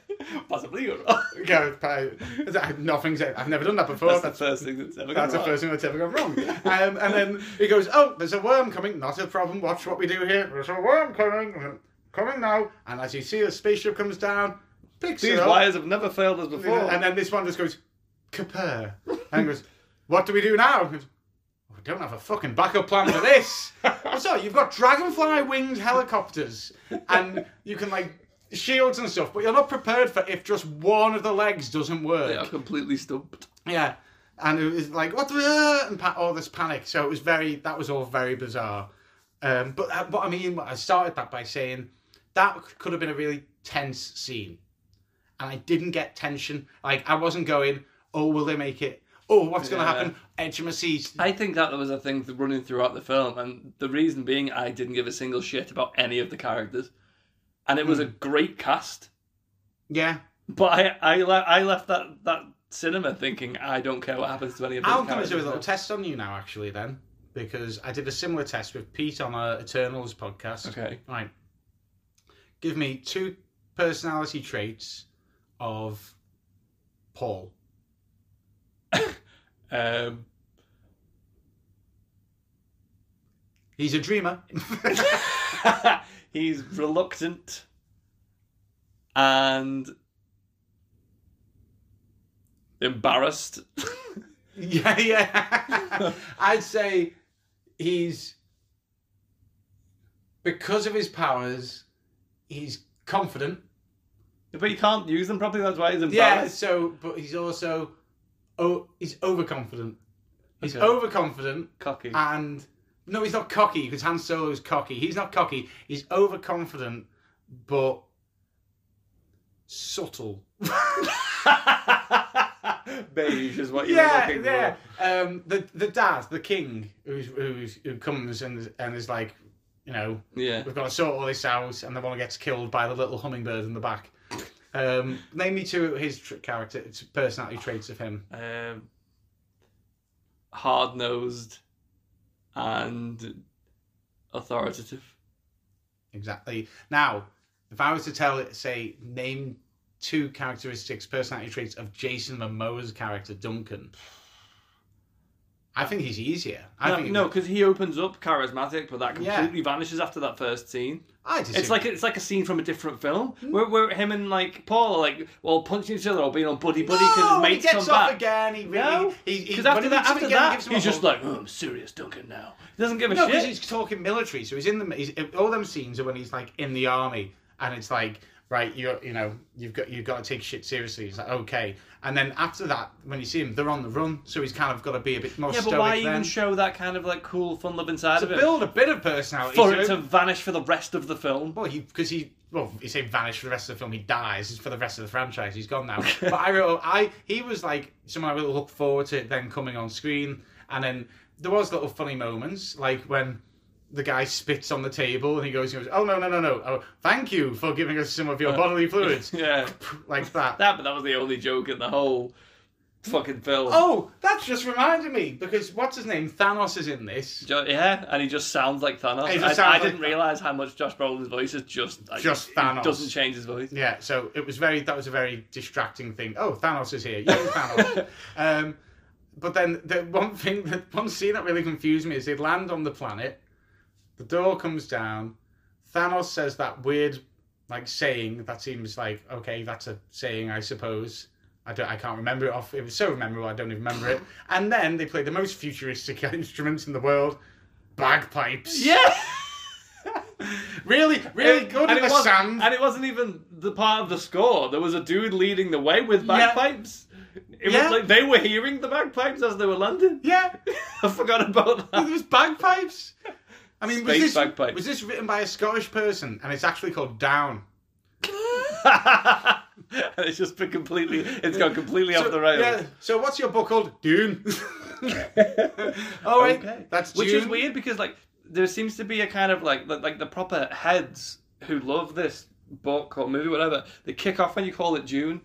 Speaker 3: Possibly you're wrong.
Speaker 2: go nothing's e, i've never done that before
Speaker 3: [LAUGHS] That's the first thing that's ever
Speaker 2: That's the
Speaker 3: gone wrong.
Speaker 2: first thing that's ever gone wrong. Um, and then he goes, "Oh, there's a worm coming. Not a problem. Watch what we do here. There's a worm coming, coming now." And as you see, a spaceship comes down, picks
Speaker 3: These
Speaker 2: it up,
Speaker 3: wires have never failed us before.
Speaker 2: and then this one just goes, "Kapur," and goes, "What do we do now?" And he goes, "Oh, "We don't have a fucking backup plan for
Speaker 3: [LAUGHS]
Speaker 2: this." I'm sorry, you've got dragonfly winged helicopters, and you can like shields and stuff, but you're not prepared for if just one of the legs doesn't work.
Speaker 3: They are completely stumped.
Speaker 2: Yeah, and it was like what the uh, and pa- all this panic. So it was very that was all very bizarre. Um, but uh, what I mean, I started that by saying that could have been a really tense scene, and I didn't get tension. Like I wasn't going, oh, will they make it? oh, what's going
Speaker 3: Yeah.
Speaker 2: to happen? Edge of my seat.
Speaker 3: I think that was a thing th- running throughout the film, and the reason being I didn't give a single shit about any of the characters, and it was
Speaker 2: Hmm.
Speaker 3: a great cast.
Speaker 2: Yeah.
Speaker 3: But I I, le- I left that that cinema thinking I don't care what happens to any of these
Speaker 2: I'm going to
Speaker 3: characters.
Speaker 2: do a little test on you now, actually, then, because I did a similar test with Pete on our Eternals podcast.
Speaker 3: Okay.
Speaker 2: Right. Give me two personality traits of Paul.
Speaker 3: Um,
Speaker 2: He's a dreamer. [LAUGHS]
Speaker 3: um, [LAUGHS] he's reluctant, and embarrassed.
Speaker 2: yeah, yeah. [LAUGHS] I'd say he's because of his powers, he's confident.
Speaker 3: but he can't use them properly. That's why he's
Speaker 2: Yeah.
Speaker 3: embarrassed.
Speaker 2: So, but he's also oh, he's overconfident. He's
Speaker 3: Okay.
Speaker 2: overconfident.
Speaker 3: Cocky.
Speaker 2: and no, he's not cocky because Han Solo's cocky. He's not cocky. He's overconfident, but subtle.
Speaker 3: Ah. [LAUGHS] Beige is what you
Speaker 2: yeah,
Speaker 3: were looking
Speaker 2: yeah.
Speaker 3: for.
Speaker 2: Um, the the dad, the king, who's, who's who comes and and is like, you know,
Speaker 3: Yeah.
Speaker 2: we've got to sort all this out, and the one gets killed by the little hummingbird in the back. Um, name me two of his tr- character personality traits of him.
Speaker 3: um, hard nosed and authoritative.
Speaker 2: Exactly. Now, if I was to tell it, say, name two characteristics, personality traits of Jason Momoa's character Duncan, I think he's easier. I
Speaker 3: No,
Speaker 2: think
Speaker 3: no, because he opens up charismatic, but that
Speaker 2: Yeah.
Speaker 3: completely vanishes after that first scene.
Speaker 2: I just
Speaker 3: It's like it's like a scene from a different film where, where him and like Paul are like well punching each other or being all buddy buddy because
Speaker 2: no,
Speaker 3: his
Speaker 2: he
Speaker 3: mates
Speaker 2: gets
Speaker 3: come
Speaker 2: off
Speaker 3: back.
Speaker 2: again. He really,
Speaker 3: No,
Speaker 2: he, he,
Speaker 3: because
Speaker 2: when
Speaker 3: after
Speaker 2: he
Speaker 3: that,
Speaker 2: meets him
Speaker 3: after
Speaker 2: again, he
Speaker 3: that,
Speaker 2: gives him
Speaker 3: he's
Speaker 2: a
Speaker 3: just
Speaker 2: hug.
Speaker 3: like, oh, I'm serious, Duncan. Now he doesn't give a
Speaker 2: no, because
Speaker 3: shit.
Speaker 2: he's talking military. So he's in the he's, all them scenes are when he's like in the army, and it's like right, you you know you've got you've got to take shit seriously. He's like okay, and then after that, when you see him, they're on the run, so he's kind of got to be a bit more
Speaker 3: yeah,
Speaker 2: stoic.
Speaker 3: but why
Speaker 2: then.
Speaker 3: even show that kind of like cool, fun loving side
Speaker 2: to
Speaker 3: of him
Speaker 2: build a bit of personality
Speaker 3: for
Speaker 2: to
Speaker 3: it to
Speaker 2: him.
Speaker 3: vanish for the rest of the film?
Speaker 2: Well, he because he well, you say vanish for the rest of the film. He dies It's for the rest of the franchise. He's gone now. but I wrote, I he was like someone I really looked forward to it then coming on screen, and then there was little funny moments like when. The guy spits on the table and he goes, he goes "Oh no, no, no, no! Oh, thank you for giving us some of your bodily fluids,
Speaker 3: Uh, [LAUGHS] Yeah.
Speaker 2: like that."
Speaker 3: That, but that was the only joke in the whole fucking film.
Speaker 2: Oh, that's just reminded me because what's his name? Thanos is in this.
Speaker 3: Jo- yeah, and he just sounds like Thanos.
Speaker 2: He just
Speaker 3: I,
Speaker 2: sounds
Speaker 3: I
Speaker 2: like
Speaker 3: didn't
Speaker 2: Thanos.
Speaker 3: realize how much Josh Brolin's voice is just like,
Speaker 2: Just
Speaker 3: he
Speaker 2: Thanos.
Speaker 3: doesn't change his voice.
Speaker 2: Yeah, so it was very that was a very distracting thing. Oh, Thanos is here. Yay,
Speaker 3: [LAUGHS]
Speaker 2: Thanos. um, but then the one thing that one scene that really confused me is they land on the planet, the door comes down, Thanos says that weird like saying that seems like okay, that's a saying I suppose. I don't I can't remember it off it was so memorable I don't even remember
Speaker 3: [LAUGHS]
Speaker 2: it. And then they play the most futuristic [LAUGHS] instruments in the world, bagpipes.
Speaker 3: Yeah,
Speaker 2: Really, really good in
Speaker 3: it
Speaker 2: the
Speaker 3: was-
Speaker 2: sand.
Speaker 3: and it wasn't even the part of the score. There was a dude leading the way with bagpipes. It
Speaker 2: Yeah.
Speaker 3: was like they were hearing the bagpipes as they were landing.
Speaker 2: yeah.
Speaker 3: [LAUGHS] I forgot about
Speaker 2: [LAUGHS] There
Speaker 3: that. [LAUGHS]
Speaker 2: was bagpipes. I mean, was
Speaker 3: Space
Speaker 2: this
Speaker 3: bagpipes.
Speaker 2: was this written by a Scottish person, and it's actually called Down?
Speaker 3: And it's just been completely. It's gone completely off the rails.
Speaker 2: Yeah. So what's your book called? Dune. [LAUGHS] oh wait,
Speaker 3: Okay.
Speaker 2: that's
Speaker 3: which
Speaker 2: Dune.
Speaker 3: is weird because like there seems to be a kind of like like, like the proper heads who love this book or movie whatever they kick off when you call it June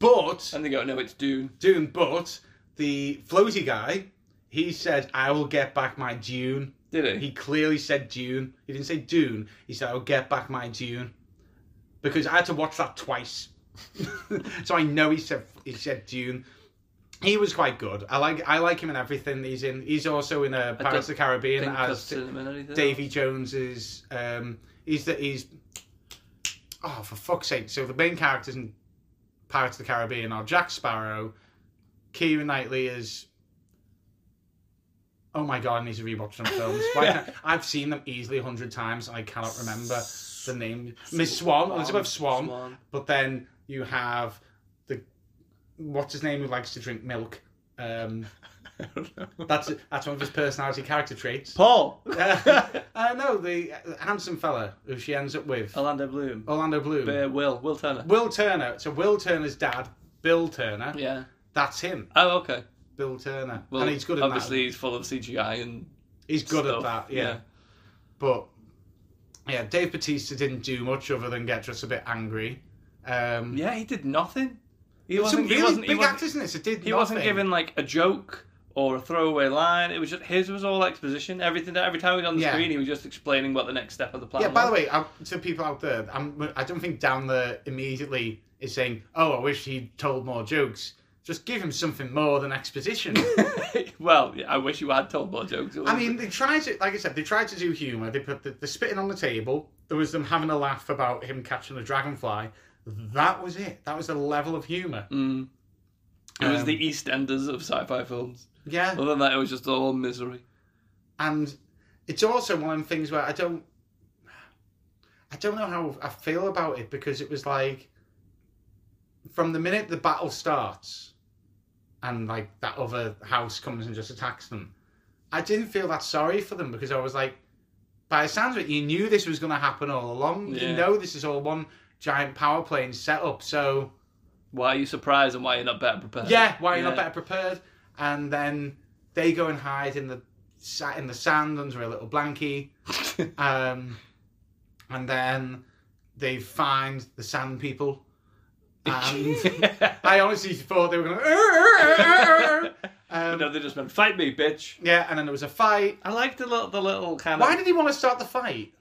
Speaker 2: But
Speaker 3: and they go no it's Dune.
Speaker 2: Dune. But the floaty guy, he said, "I will get back my Dune."
Speaker 3: Did
Speaker 2: He
Speaker 3: he?
Speaker 2: clearly said Dune. He didn't say Dune. He said, "I'll get back my Dune," because I had to watch that twice, [LAUGHS] so I know he said he said Dune. He was quite good. I like I like him in everything he's in. He's also in uh, Pirates of the Caribbean
Speaker 3: Think of
Speaker 2: as
Speaker 3: cinema and anything. [LAUGHS]
Speaker 2: Davy Jones is. Um, he's that he's. Oh, for fuck's sake! So the main characters in Pirates of the Caribbean are Jack Sparrow, Keira Knightley is. Oh my god! I need to rewatch some films. Why can't- I've seen them easily a hundred times, and I cannot remember the name. Miss Swan, Elizabeth Swan.
Speaker 3: Swan.
Speaker 2: But then you have the what's his name who likes to drink milk. Um, [LAUGHS] that's that's one of his personality character traits.
Speaker 3: Paul
Speaker 2: Uh, [LAUGHS] uh, no, the uh, handsome fella who she ends up with,
Speaker 3: [LAUGHS] Orlando Bloom
Speaker 2: Orlando Bloom,
Speaker 3: Uh, Will Will Turner
Speaker 2: Will Turner. So Will Turner's dad, Bill Turner.
Speaker 3: yeah
Speaker 2: That's him.
Speaker 3: oh okay
Speaker 2: Bill Turner,
Speaker 3: Well,
Speaker 2: and he's good at
Speaker 3: obviously
Speaker 2: that.
Speaker 3: he's full of CGI and
Speaker 2: He's good
Speaker 3: stuff.
Speaker 2: at that, yeah. But yeah, Dave Batista didn't do much other than get just a bit angry. Um,
Speaker 3: yeah, Yeah, he did nothing. He
Speaker 2: There's
Speaker 3: wasn't.
Speaker 2: some really
Speaker 3: he wasn't.
Speaker 2: big
Speaker 3: He wasn't,
Speaker 2: actors in this. It did.
Speaker 3: he wasn't
Speaker 2: nothing.
Speaker 3: given like a joke or a throwaway line. It was just his was all exposition. Everything that every time he was on the
Speaker 2: Yeah.
Speaker 3: screen, he was just explaining what the next step of the plan.
Speaker 2: Yeah. By the
Speaker 3: was.
Speaker 2: way, I, to people out there, I'm, I don't think down there immediately is saying, "Oh, I wish he'd told more jokes." Just give him something more than
Speaker 3: [LAUGHS]
Speaker 2: exposition.
Speaker 3: [LAUGHS] well, yeah, I wish you had told more jokes. It was-
Speaker 2: I mean, they tried to, like I said, they tried to do humour. They put the, the spitting on the table. There was them having a laugh about him catching a dragonfly. That was it. That was the level of humour.
Speaker 3: Mm. it was
Speaker 2: Um,
Speaker 3: the EastEnders of sci-fi films.
Speaker 2: Yeah.
Speaker 3: Other than that, it was just all misery.
Speaker 2: and it's also one of them things where I don't, I don't know how I feel about it because it was like, from the minute the battle starts, and like that other house comes and just attacks them, I didn't feel that sorry for them because I was like, by the sounds of it, you knew this was going to happen all along.
Speaker 3: Yeah.
Speaker 2: You know this is all one giant power plane set up. So
Speaker 3: Why are you surprised and why are you not better prepared?
Speaker 2: yeah, why are you not
Speaker 3: Yeah.
Speaker 2: better prepared? And then they go and hide in the sa- in the sand under a little
Speaker 3: [LAUGHS]
Speaker 2: blankie. Um, and then they find the sand people. And I honestly thought they were going to.
Speaker 3: [LAUGHS] But [LAUGHS] no,
Speaker 2: Um,
Speaker 3: they just went, fight me, bitch.
Speaker 2: yeah, and then there was a fight.
Speaker 3: I liked the little, the little kind
Speaker 2: Why
Speaker 3: of.
Speaker 2: did he want to start the fight?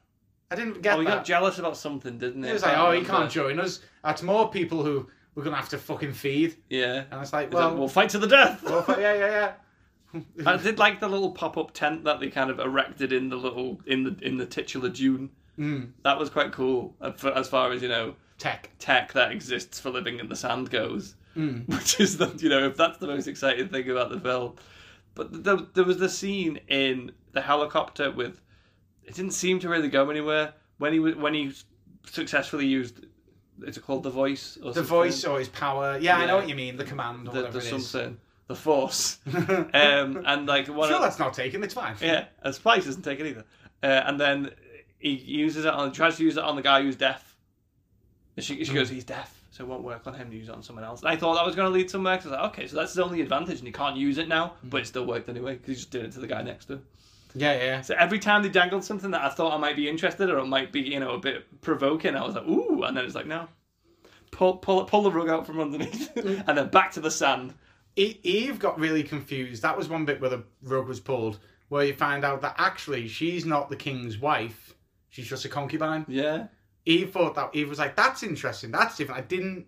Speaker 2: I didn't get
Speaker 3: Oh, he got
Speaker 2: that.
Speaker 3: jealous about something, didn't he?
Speaker 2: He was like, oh, he can't
Speaker 3: jump.
Speaker 2: join us. That's more people who we're going to have to fucking feed.
Speaker 3: Yeah.
Speaker 2: And it's like,
Speaker 3: He's like,
Speaker 2: well,
Speaker 3: we'll fight to the death.
Speaker 2: well, [LAUGHS] yeah, yeah, yeah.
Speaker 3: I did like the little pop-up tent that they kind of erected in the little in the in the titular dune.
Speaker 2: Mm,
Speaker 3: That was quite cool uh, for- as far as you know
Speaker 2: tech.
Speaker 3: tech that exists for living in the sand goes,
Speaker 2: Mm.
Speaker 3: [LAUGHS] which is that you know if that's the most exciting thing about the film. But th there was the scene in the helicopter with it didn't seem to really go anywhere when he was when he successfully used it's called the voice or
Speaker 2: The
Speaker 3: something?
Speaker 2: voice or his power. Yeah, I
Speaker 3: Yeah.
Speaker 2: know what you mean. The command or
Speaker 3: the,
Speaker 2: whatever
Speaker 3: the
Speaker 2: it is.
Speaker 3: something
Speaker 2: [LAUGHS]
Speaker 3: the force
Speaker 2: sure,
Speaker 3: um, and like one of,
Speaker 2: that's not taken. It's fine.
Speaker 3: Yeah, and Spice doesn't take it either. Uh, and then he uses it on, tries to use it on the guy who's deaf. And she, she goes, he's deaf, so it won't work on him. Use it on someone else. And I thought that was going to lead somewhere. 'cause I was like, okay, so that's the only advantage, and he can't use it now, but it still worked anyway because he just did it to the guy next to him.
Speaker 2: Yeah, yeah.
Speaker 3: So every time they dangled something that I thought I might be interested or it might be, you know, a bit provoking, I was like, ooh, and then it's like, no. Pull, pull, pull the rug out from underneath, [LAUGHS] and then back to the sand.
Speaker 2: E- Eve got really confused. That was one bit where the rug was pulled, where you find out that actually she's not the king's wife. She's just a concubine.
Speaker 3: Yeah,
Speaker 2: Eve thought that Eve was like, "That's interesting. That's different. I didn't,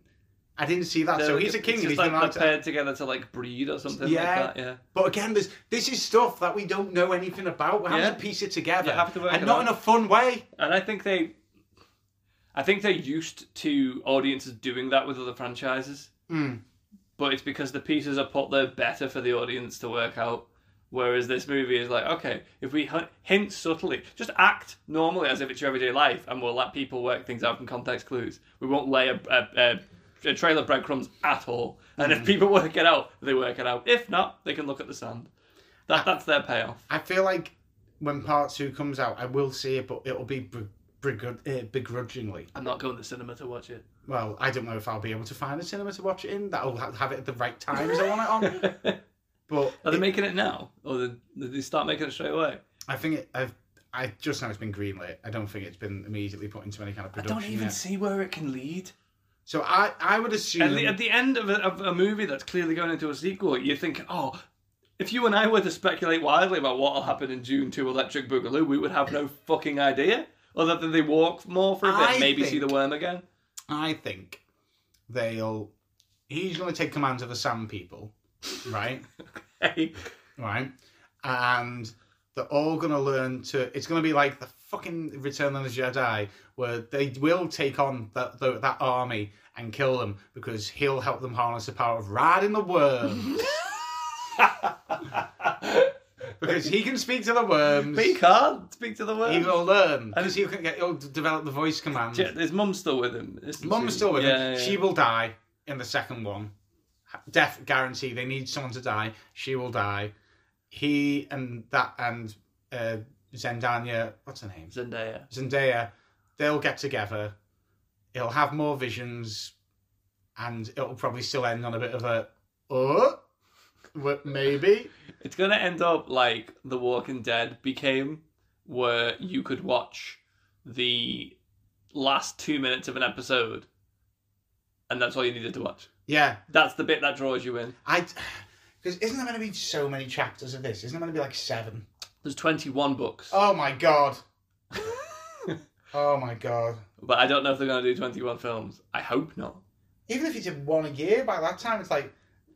Speaker 2: I didn't see that." so he's a king.
Speaker 3: It's
Speaker 2: and
Speaker 3: just
Speaker 2: he's
Speaker 3: like
Speaker 2: not allowed
Speaker 3: they're
Speaker 2: to-
Speaker 3: paired together to like breed or something
Speaker 2: Yeah.
Speaker 3: like that. Yeah.
Speaker 2: But again, there's, this is stuff that we don't know anything about. We're having
Speaker 3: Yeah.
Speaker 2: to piece it together,
Speaker 3: You have to work
Speaker 2: and
Speaker 3: it
Speaker 2: not
Speaker 3: out.
Speaker 2: in a fun way.
Speaker 3: And I think they, I think they're used to audiences doing that with other franchises,
Speaker 2: Mm.
Speaker 3: but it's because the pieces are put there better for the audience to work out. Whereas this movie is like, okay, if we hun- hint subtly, just act normally as if it's your everyday life, and we'll let people work things out from context clues. We won't lay a, a, a, a trail of breadcrumbs at all. And if people work it out, they work it out. If not, they can look at the sand. That, that's their payoff.
Speaker 2: I feel like when part two comes out, I will see it, but it'll be br- begrud- uh, begrudgingly.
Speaker 3: I'm not going to the cinema to watch it.
Speaker 2: Well, I don't know if I'll be able to find a cinema to watch it in. That'll ha- have it at the right times I want it on.
Speaker 3: [LAUGHS]
Speaker 2: But
Speaker 3: Are they
Speaker 2: it-
Speaker 3: making it now, or did did they start making it straight away?
Speaker 2: I think it, I've, I just know it's been greenlit. I don't think it's been immediately put into any kind of
Speaker 3: I
Speaker 2: production.
Speaker 3: don't even
Speaker 2: yet.
Speaker 3: see where it can lead.
Speaker 2: So I, I would assume.
Speaker 3: At the, at the end of a, of a movie that's clearly going into a sequel, you're thinking, oh, if you and I were to speculate wildly about what will happen in June 2 Electric Boogaloo, we would have no fucking idea. Other than they walk more for a bit,
Speaker 2: I
Speaker 3: maybe see the
Speaker 2: think-
Speaker 3: worm again. [LAUGHS]
Speaker 2: I think they'll. He's going to take commands of the Sand People, right?
Speaker 3: Hey,
Speaker 2: right? And they're all going to learn to. It's going to be like the fucking Return of the Jedi, where they will take on that tho- that army and kill them because he'll help them harness the power of riding the worm. [LAUGHS] because he can speak to the worms.
Speaker 3: but you can't speak to the worm.
Speaker 2: He will learn because he can get. He'll d- develop the voice command.
Speaker 3: Yeah, His mum's still with him. isn't
Speaker 2: Mum's
Speaker 3: she?
Speaker 2: still with
Speaker 3: Yeah,
Speaker 2: him.
Speaker 3: yeah,
Speaker 2: She will die in the second one. Death guarantee. They need someone to die. She will die. He and that and uh, Zendaya. What's her name?
Speaker 3: Zendaya.
Speaker 2: Zendaya. They'll get together. He'll have more visions, and it'll probably still end on a bit of a oh Well, maybe.
Speaker 3: It's gonna end up like The Walking Dead became, where you could watch the last two minutes of an episode, and that's all you needed to watch.
Speaker 2: Yeah,
Speaker 3: That's the bit that draws you in.
Speaker 2: I. Because isn't there going to be so many chapters of this? Isn't there going to be like seven?
Speaker 3: There's 21 books,
Speaker 2: Oh my
Speaker 3: [LAUGHS]
Speaker 2: god. oh my god.
Speaker 3: but I don't know if they're gonna do 21 films. I hope not.
Speaker 2: Even if you did one a year, by that time it's like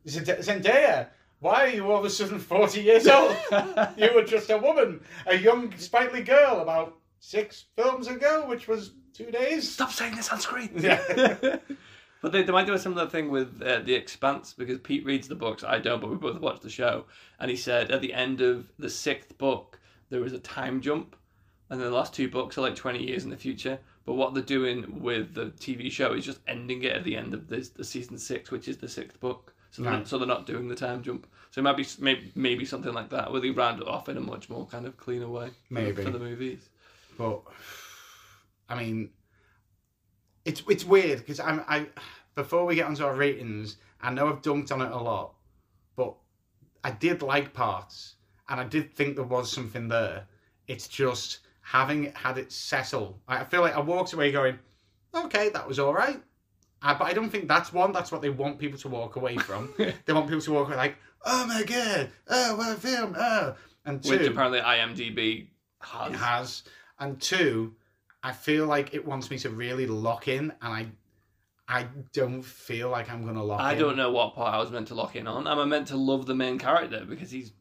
Speaker 2: Zend- Zendaya. Why are you all of a sudden forty years old? [LAUGHS] you were just a woman, a young sprightly girl about six films ago, which was two days.
Speaker 3: Stop saying this on screen.
Speaker 2: Yeah.
Speaker 3: but they, they might do a similar thing with uh, The Expanse because Pete reads the books. I don't, but we both watched the show. And he said at the end of the sixth book, there was a time jump. And then the last two books are like 20 years in the future. But what they're doing with the TV show is just ending it at the end of this, the season six, which is the sixth book. So, they're,
Speaker 2: Right.
Speaker 3: so they're not doing the time jump. So it might be maybe, maybe something like that, where they round it off in a much more kind of cleaner way for the-
Speaker 2: Maybe.
Speaker 3: for the movies.
Speaker 2: But I mean, it's it's weird because I'm I before we get onto our ratings, I know I've dunked on it a lot, but I did like parts and I did think there was something there. It's just having had it settle. I I feel like I walked away going, okay, that was all right. Uh, but I don't think that's one. That's what they want people to walk away from. they want people to walk away like, oh my god, oh what a film, oh. And two,
Speaker 3: Which apparently IMDb
Speaker 2: it
Speaker 3: has.
Speaker 2: has. And two, I feel like it wants me to really lock in, and I, I don't feel like I'm gonna lock
Speaker 3: I
Speaker 2: in.
Speaker 3: don't know what part I was meant to lock in on. Am I meant to love the main character because he's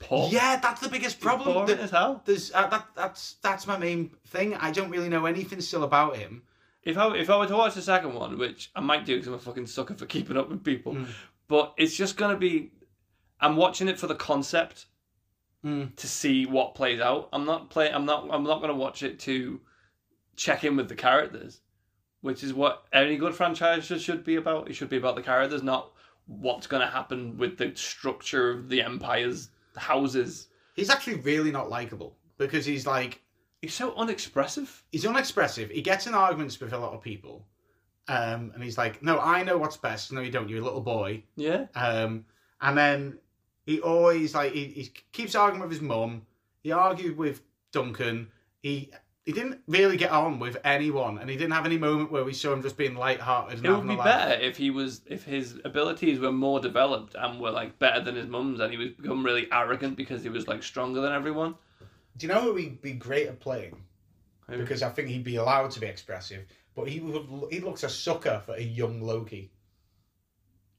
Speaker 3: poor?
Speaker 2: Yeah, that's the biggest
Speaker 3: He's boring
Speaker 2: problem. Th-
Speaker 3: as hell.
Speaker 2: There's uh, that. That's that's my main thing. I don't really know anything still about him.
Speaker 3: If I if I were to watch the second one, which I might do because I'm a fucking sucker for keeping up with people,
Speaker 2: Mm.
Speaker 3: but it's just gonna be. I'm watching it for the concept
Speaker 2: Mm.
Speaker 3: to see what plays out. I'm not play. I'm not. I'm not gonna watch it to check in with the characters, which is what any good franchise should- should be about. It should be about the characters, not what's gonna happen with the structure of the empire's houses.
Speaker 2: He's actually really not likable because he's like
Speaker 3: He's so unexpressive.
Speaker 2: he's unexpressive. He gets in arguments with a lot of people, um, and he's like, "No, I know what's best. No, you don't. You're a little boy."
Speaker 3: Yeah.
Speaker 2: Um, and then he always like he, he keeps arguing with his mum. He argued with Duncan. He he didn't really get on with anyone, and he didn't have any moment where we saw him just being lighthearted. And
Speaker 3: It would
Speaker 2: having
Speaker 3: be
Speaker 2: a laugh.
Speaker 3: better if he was if his abilities were more developed and were like better than his mum's and he was become really arrogant because he was like stronger than everyone.
Speaker 2: Do you know who he'd be great at playing?
Speaker 3: Who?
Speaker 2: Because I think he'd be allowed to be expressive, but he would he looks a sucker for a young Loki.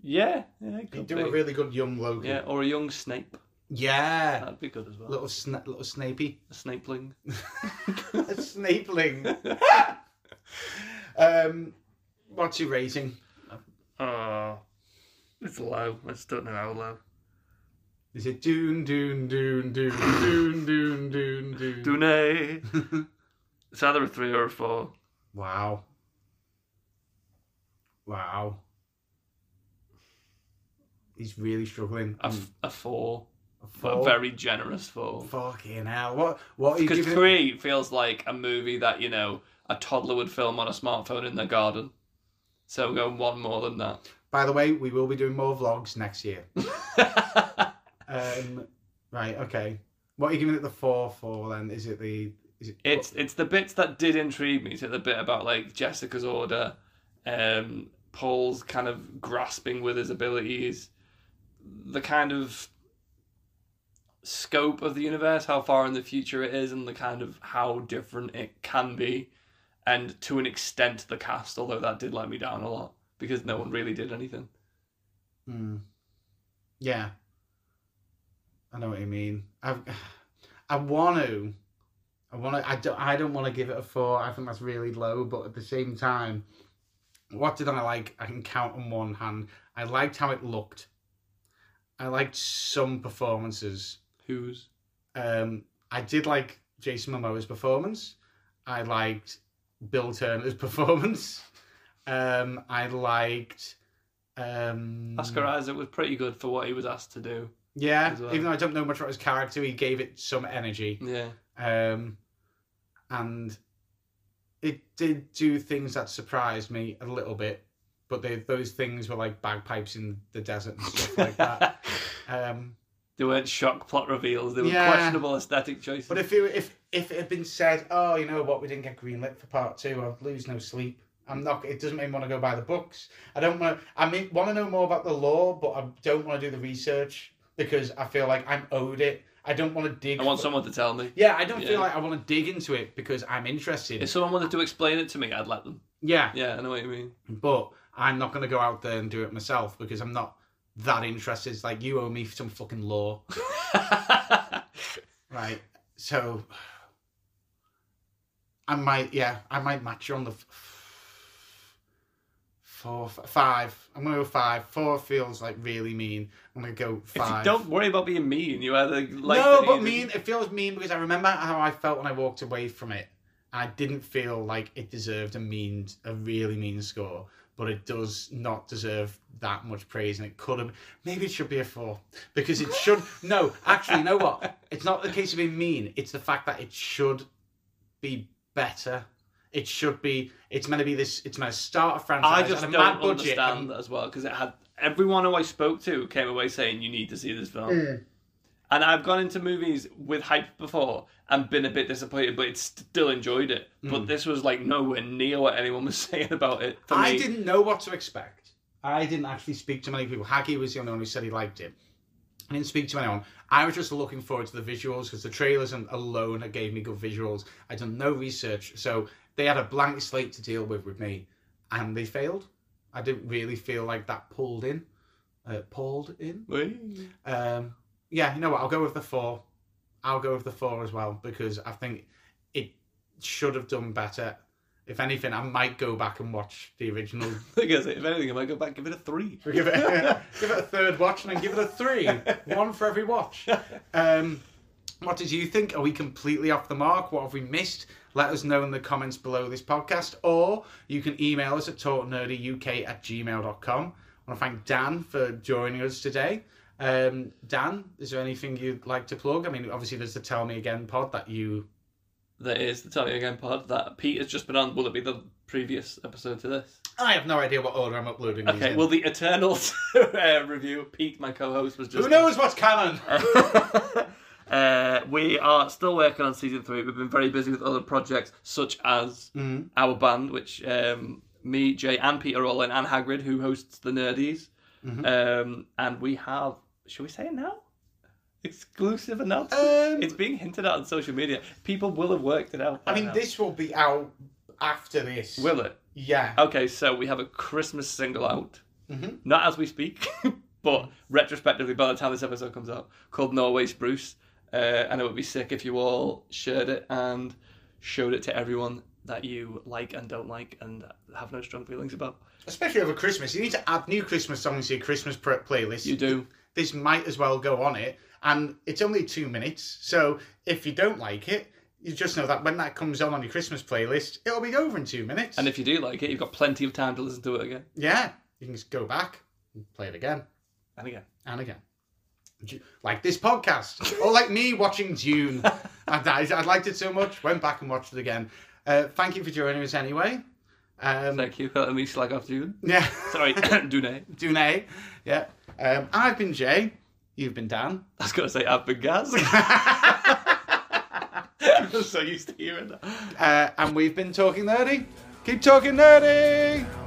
Speaker 3: Yeah, yeah, it
Speaker 2: He'd
Speaker 3: could
Speaker 2: do
Speaker 3: be.
Speaker 2: a really good young Loki.
Speaker 3: yeah, Uh, or a young Snape.
Speaker 2: Yeah.
Speaker 3: That'd be good as well.
Speaker 2: Little sna- little Snapey.
Speaker 3: a Snapeling.
Speaker 2: A [LAUGHS]
Speaker 3: [LAUGHS]
Speaker 2: Snapeling. um, what's your rating?
Speaker 3: Oh, it's low. I just don't know how low.
Speaker 2: Is it doon doon doon doon [COUGHS] doon doon doon doon? [LAUGHS]
Speaker 3: Dunay. it's either a three or a four.
Speaker 2: Wow. Wow. He's really struggling.
Speaker 3: A, f- a four.
Speaker 2: A
Speaker 3: A very generous four.
Speaker 2: Fucking hell! What? What are you
Speaker 3: Because
Speaker 2: giving?
Speaker 3: three feels like a movie that you know a toddler would film on a smartphone in their garden. So I'm going one more than that.
Speaker 2: By the way, we will be doing more vlogs next year. um, right. Okay. What are you giving it the four for? Then is it the? Is it?
Speaker 3: [LAUGHS] it's it's the bits that did intrigue me. So the bit about like Jessica's order, um, Paul's kind of grasping with his abilities, the kind of scope of the universe, how far in the future it is, and the kind of how different it can be, and to an extent the cast. Although that did let me down a lot because no one really did anything.
Speaker 2: Hmm. Yeah. I know what you mean. I [SIGHS] I want to. I want to. I don't. I don't want to give it a four. I think that's really low. But at the same time, what did I like? I can count on one hand. I liked how it looked. I liked some performances.
Speaker 3: Who's
Speaker 2: Um, I did like Jason Momoa's performance. I liked Bill Turner's [LAUGHS] performance. Um, I liked um,
Speaker 3: Oscar Isaac was pretty good for what he was asked to do.
Speaker 2: yeah,
Speaker 3: as well.
Speaker 2: even though I don't know much about his character, he gave it some energy.
Speaker 3: Yeah,
Speaker 2: Um, and it did do things that surprised me a little bit, but they, those things were like bagpipes in the desert and stuff like
Speaker 3: [LAUGHS]
Speaker 2: that. [LAUGHS] Um,
Speaker 3: They weren't shock plot reveals. They were
Speaker 2: Yeah.
Speaker 3: questionable aesthetic choices.
Speaker 2: but if it, if if it had been said, oh, you know what, we didn't get greenlit for part two, I'd lose no sleep. I'm not. It doesn't make me want to go buy the books. I don't want to. I mean, want to know more about the law, but I don't want to do the research because I feel like I'm owed it. I don't want to dig.
Speaker 3: I want someone to tell me.
Speaker 2: Yeah, I don't
Speaker 3: Yeah.
Speaker 2: feel like I want to dig into it because I'm interested.
Speaker 3: If someone wanted to explain it to me, I'd let them.
Speaker 2: yeah,
Speaker 3: Yeah, I know what you [LAUGHS] mean.
Speaker 2: but I'm not going to go out there and do it myself because I'm not that interested. It's like you owe me some fucking law, [LAUGHS] right? So I might, yeah, I might match you on the f- four, f- five. I'm going to go five. Four feels like really mean. I'm going to go
Speaker 3: If
Speaker 2: five.
Speaker 3: you don't worry about being mean. You either like
Speaker 2: no,
Speaker 3: the-
Speaker 2: but mean. It feels mean because I remember how I felt when I walked away from it. I didn't feel like it deserved a mean, a really mean score, but it does not deserve that much praise, and it could have. Maybe it should be a four because it
Speaker 3: [LAUGHS]
Speaker 2: should. no, actually, you know what? It's not the case of being mean. It's the fact that it should be better. It should be. It's meant to be this. It's meant to start a franchise.
Speaker 3: I
Speaker 2: at
Speaker 3: just
Speaker 2: a
Speaker 3: don't
Speaker 2: mad budget,
Speaker 3: understand that as well because it had everyone who I spoke to came away saying you need to see this film. And I've gone into movies with hype before and been a bit disappointed, but it still enjoyed it.
Speaker 2: Mm.
Speaker 3: But this was like nowhere near what anyone was [LAUGHS] saying about it. For
Speaker 2: I
Speaker 3: me.
Speaker 2: didn't know what to expect. I didn't actually speak to many people. Haggy was the only one who said he liked it. I didn't speak to anyone. I was just looking forward to the visuals because the trailers and alone had gave me good visuals. I'd done no research, so they had a blank slate to deal with with me, and they failed. I didn't really feel like that pulled in, uh, pulled in.
Speaker 3: Wait. [LAUGHS]
Speaker 2: Um, yeah, you know what? I'll go with the four. I'll go with the four as well because I think it should have done better. If anything, I might go back and watch the original
Speaker 3: Like I say, if anything, I might go back give it a three.
Speaker 2: We give it,
Speaker 3: [LAUGHS]
Speaker 2: give it a third watch and then give it a three. One for every watch. Um, what did you think? Are we completely off the mark? What have we missed? Let us know in the comments below this podcast, or you can email us at talknerdyuk at gmail.com. I want to thank Dan for joining us today. Um, Dan, is there anything you'd like to plug? I mean, obviously, there's the Tell Me Again pod that you.
Speaker 3: That is the Tell You Again pod that Pete has just been on. Will it be the previous episode to this?
Speaker 2: I have no idea what order I'm uploading these.
Speaker 3: Okay,
Speaker 2: in.
Speaker 3: well, the Eternals uh, [LAUGHS] review, Pete, my co host, was just.
Speaker 2: who knows what's canon?
Speaker 3: [LAUGHS] uh, we are still working on season three. We've been very busy with other projects, such as
Speaker 2: Mm-hmm.
Speaker 3: our band, which um, me, Jay, and Peter all in, and Hagrid, who hosts the Nerdies.
Speaker 2: Mm-hmm.
Speaker 3: Um, and we have, shall we say it now? Exclusive announcement.
Speaker 2: Um,
Speaker 3: it's being hinted at on social media. People will have worked it out. by
Speaker 2: I mean,
Speaker 3: now.
Speaker 2: this will be out after this.
Speaker 3: will it?
Speaker 2: yeah.
Speaker 3: Okay, so we have a Christmas single out.
Speaker 2: Mhm.
Speaker 3: Not as we speak, [LAUGHS] but retrospectively, by the time this episode comes out, called Norway Spruce. Uh, and it would be sick if you all shared it and showed it to everyone that you like and don't like and have no strong feelings about.
Speaker 2: Especially over Christmas, you need to add new Christmas songs to your Christmas pr- playlist.
Speaker 3: You do.
Speaker 2: This might as well go on it, and it's only two minutes. So if you don't like it, you just know that when that comes on on your Christmas playlist, it'll be over in two minutes.
Speaker 3: And if you do like it, you've got plenty of time to listen to it again
Speaker 2: yeah, you can just go back and play it again
Speaker 3: and again.
Speaker 2: and again. Ju- Like this podcast, or like me watching Dune.
Speaker 3: [LAUGHS]
Speaker 2: I, I I liked it so much, went back and watched it again. Uh, thank you for joining us anyway. Um,
Speaker 3: Thank you for letting me slag off June.
Speaker 2: yeah.
Speaker 3: Sorry, [COUGHS] Dune.
Speaker 2: Dune. Yeah. Um, I've been Jay. You've been Dan.
Speaker 3: I was going to say I've been Gaz. [LAUGHS] I'm so used to hearing that.
Speaker 2: Uh, and we've been talking nerdy. Keep talking nerdy.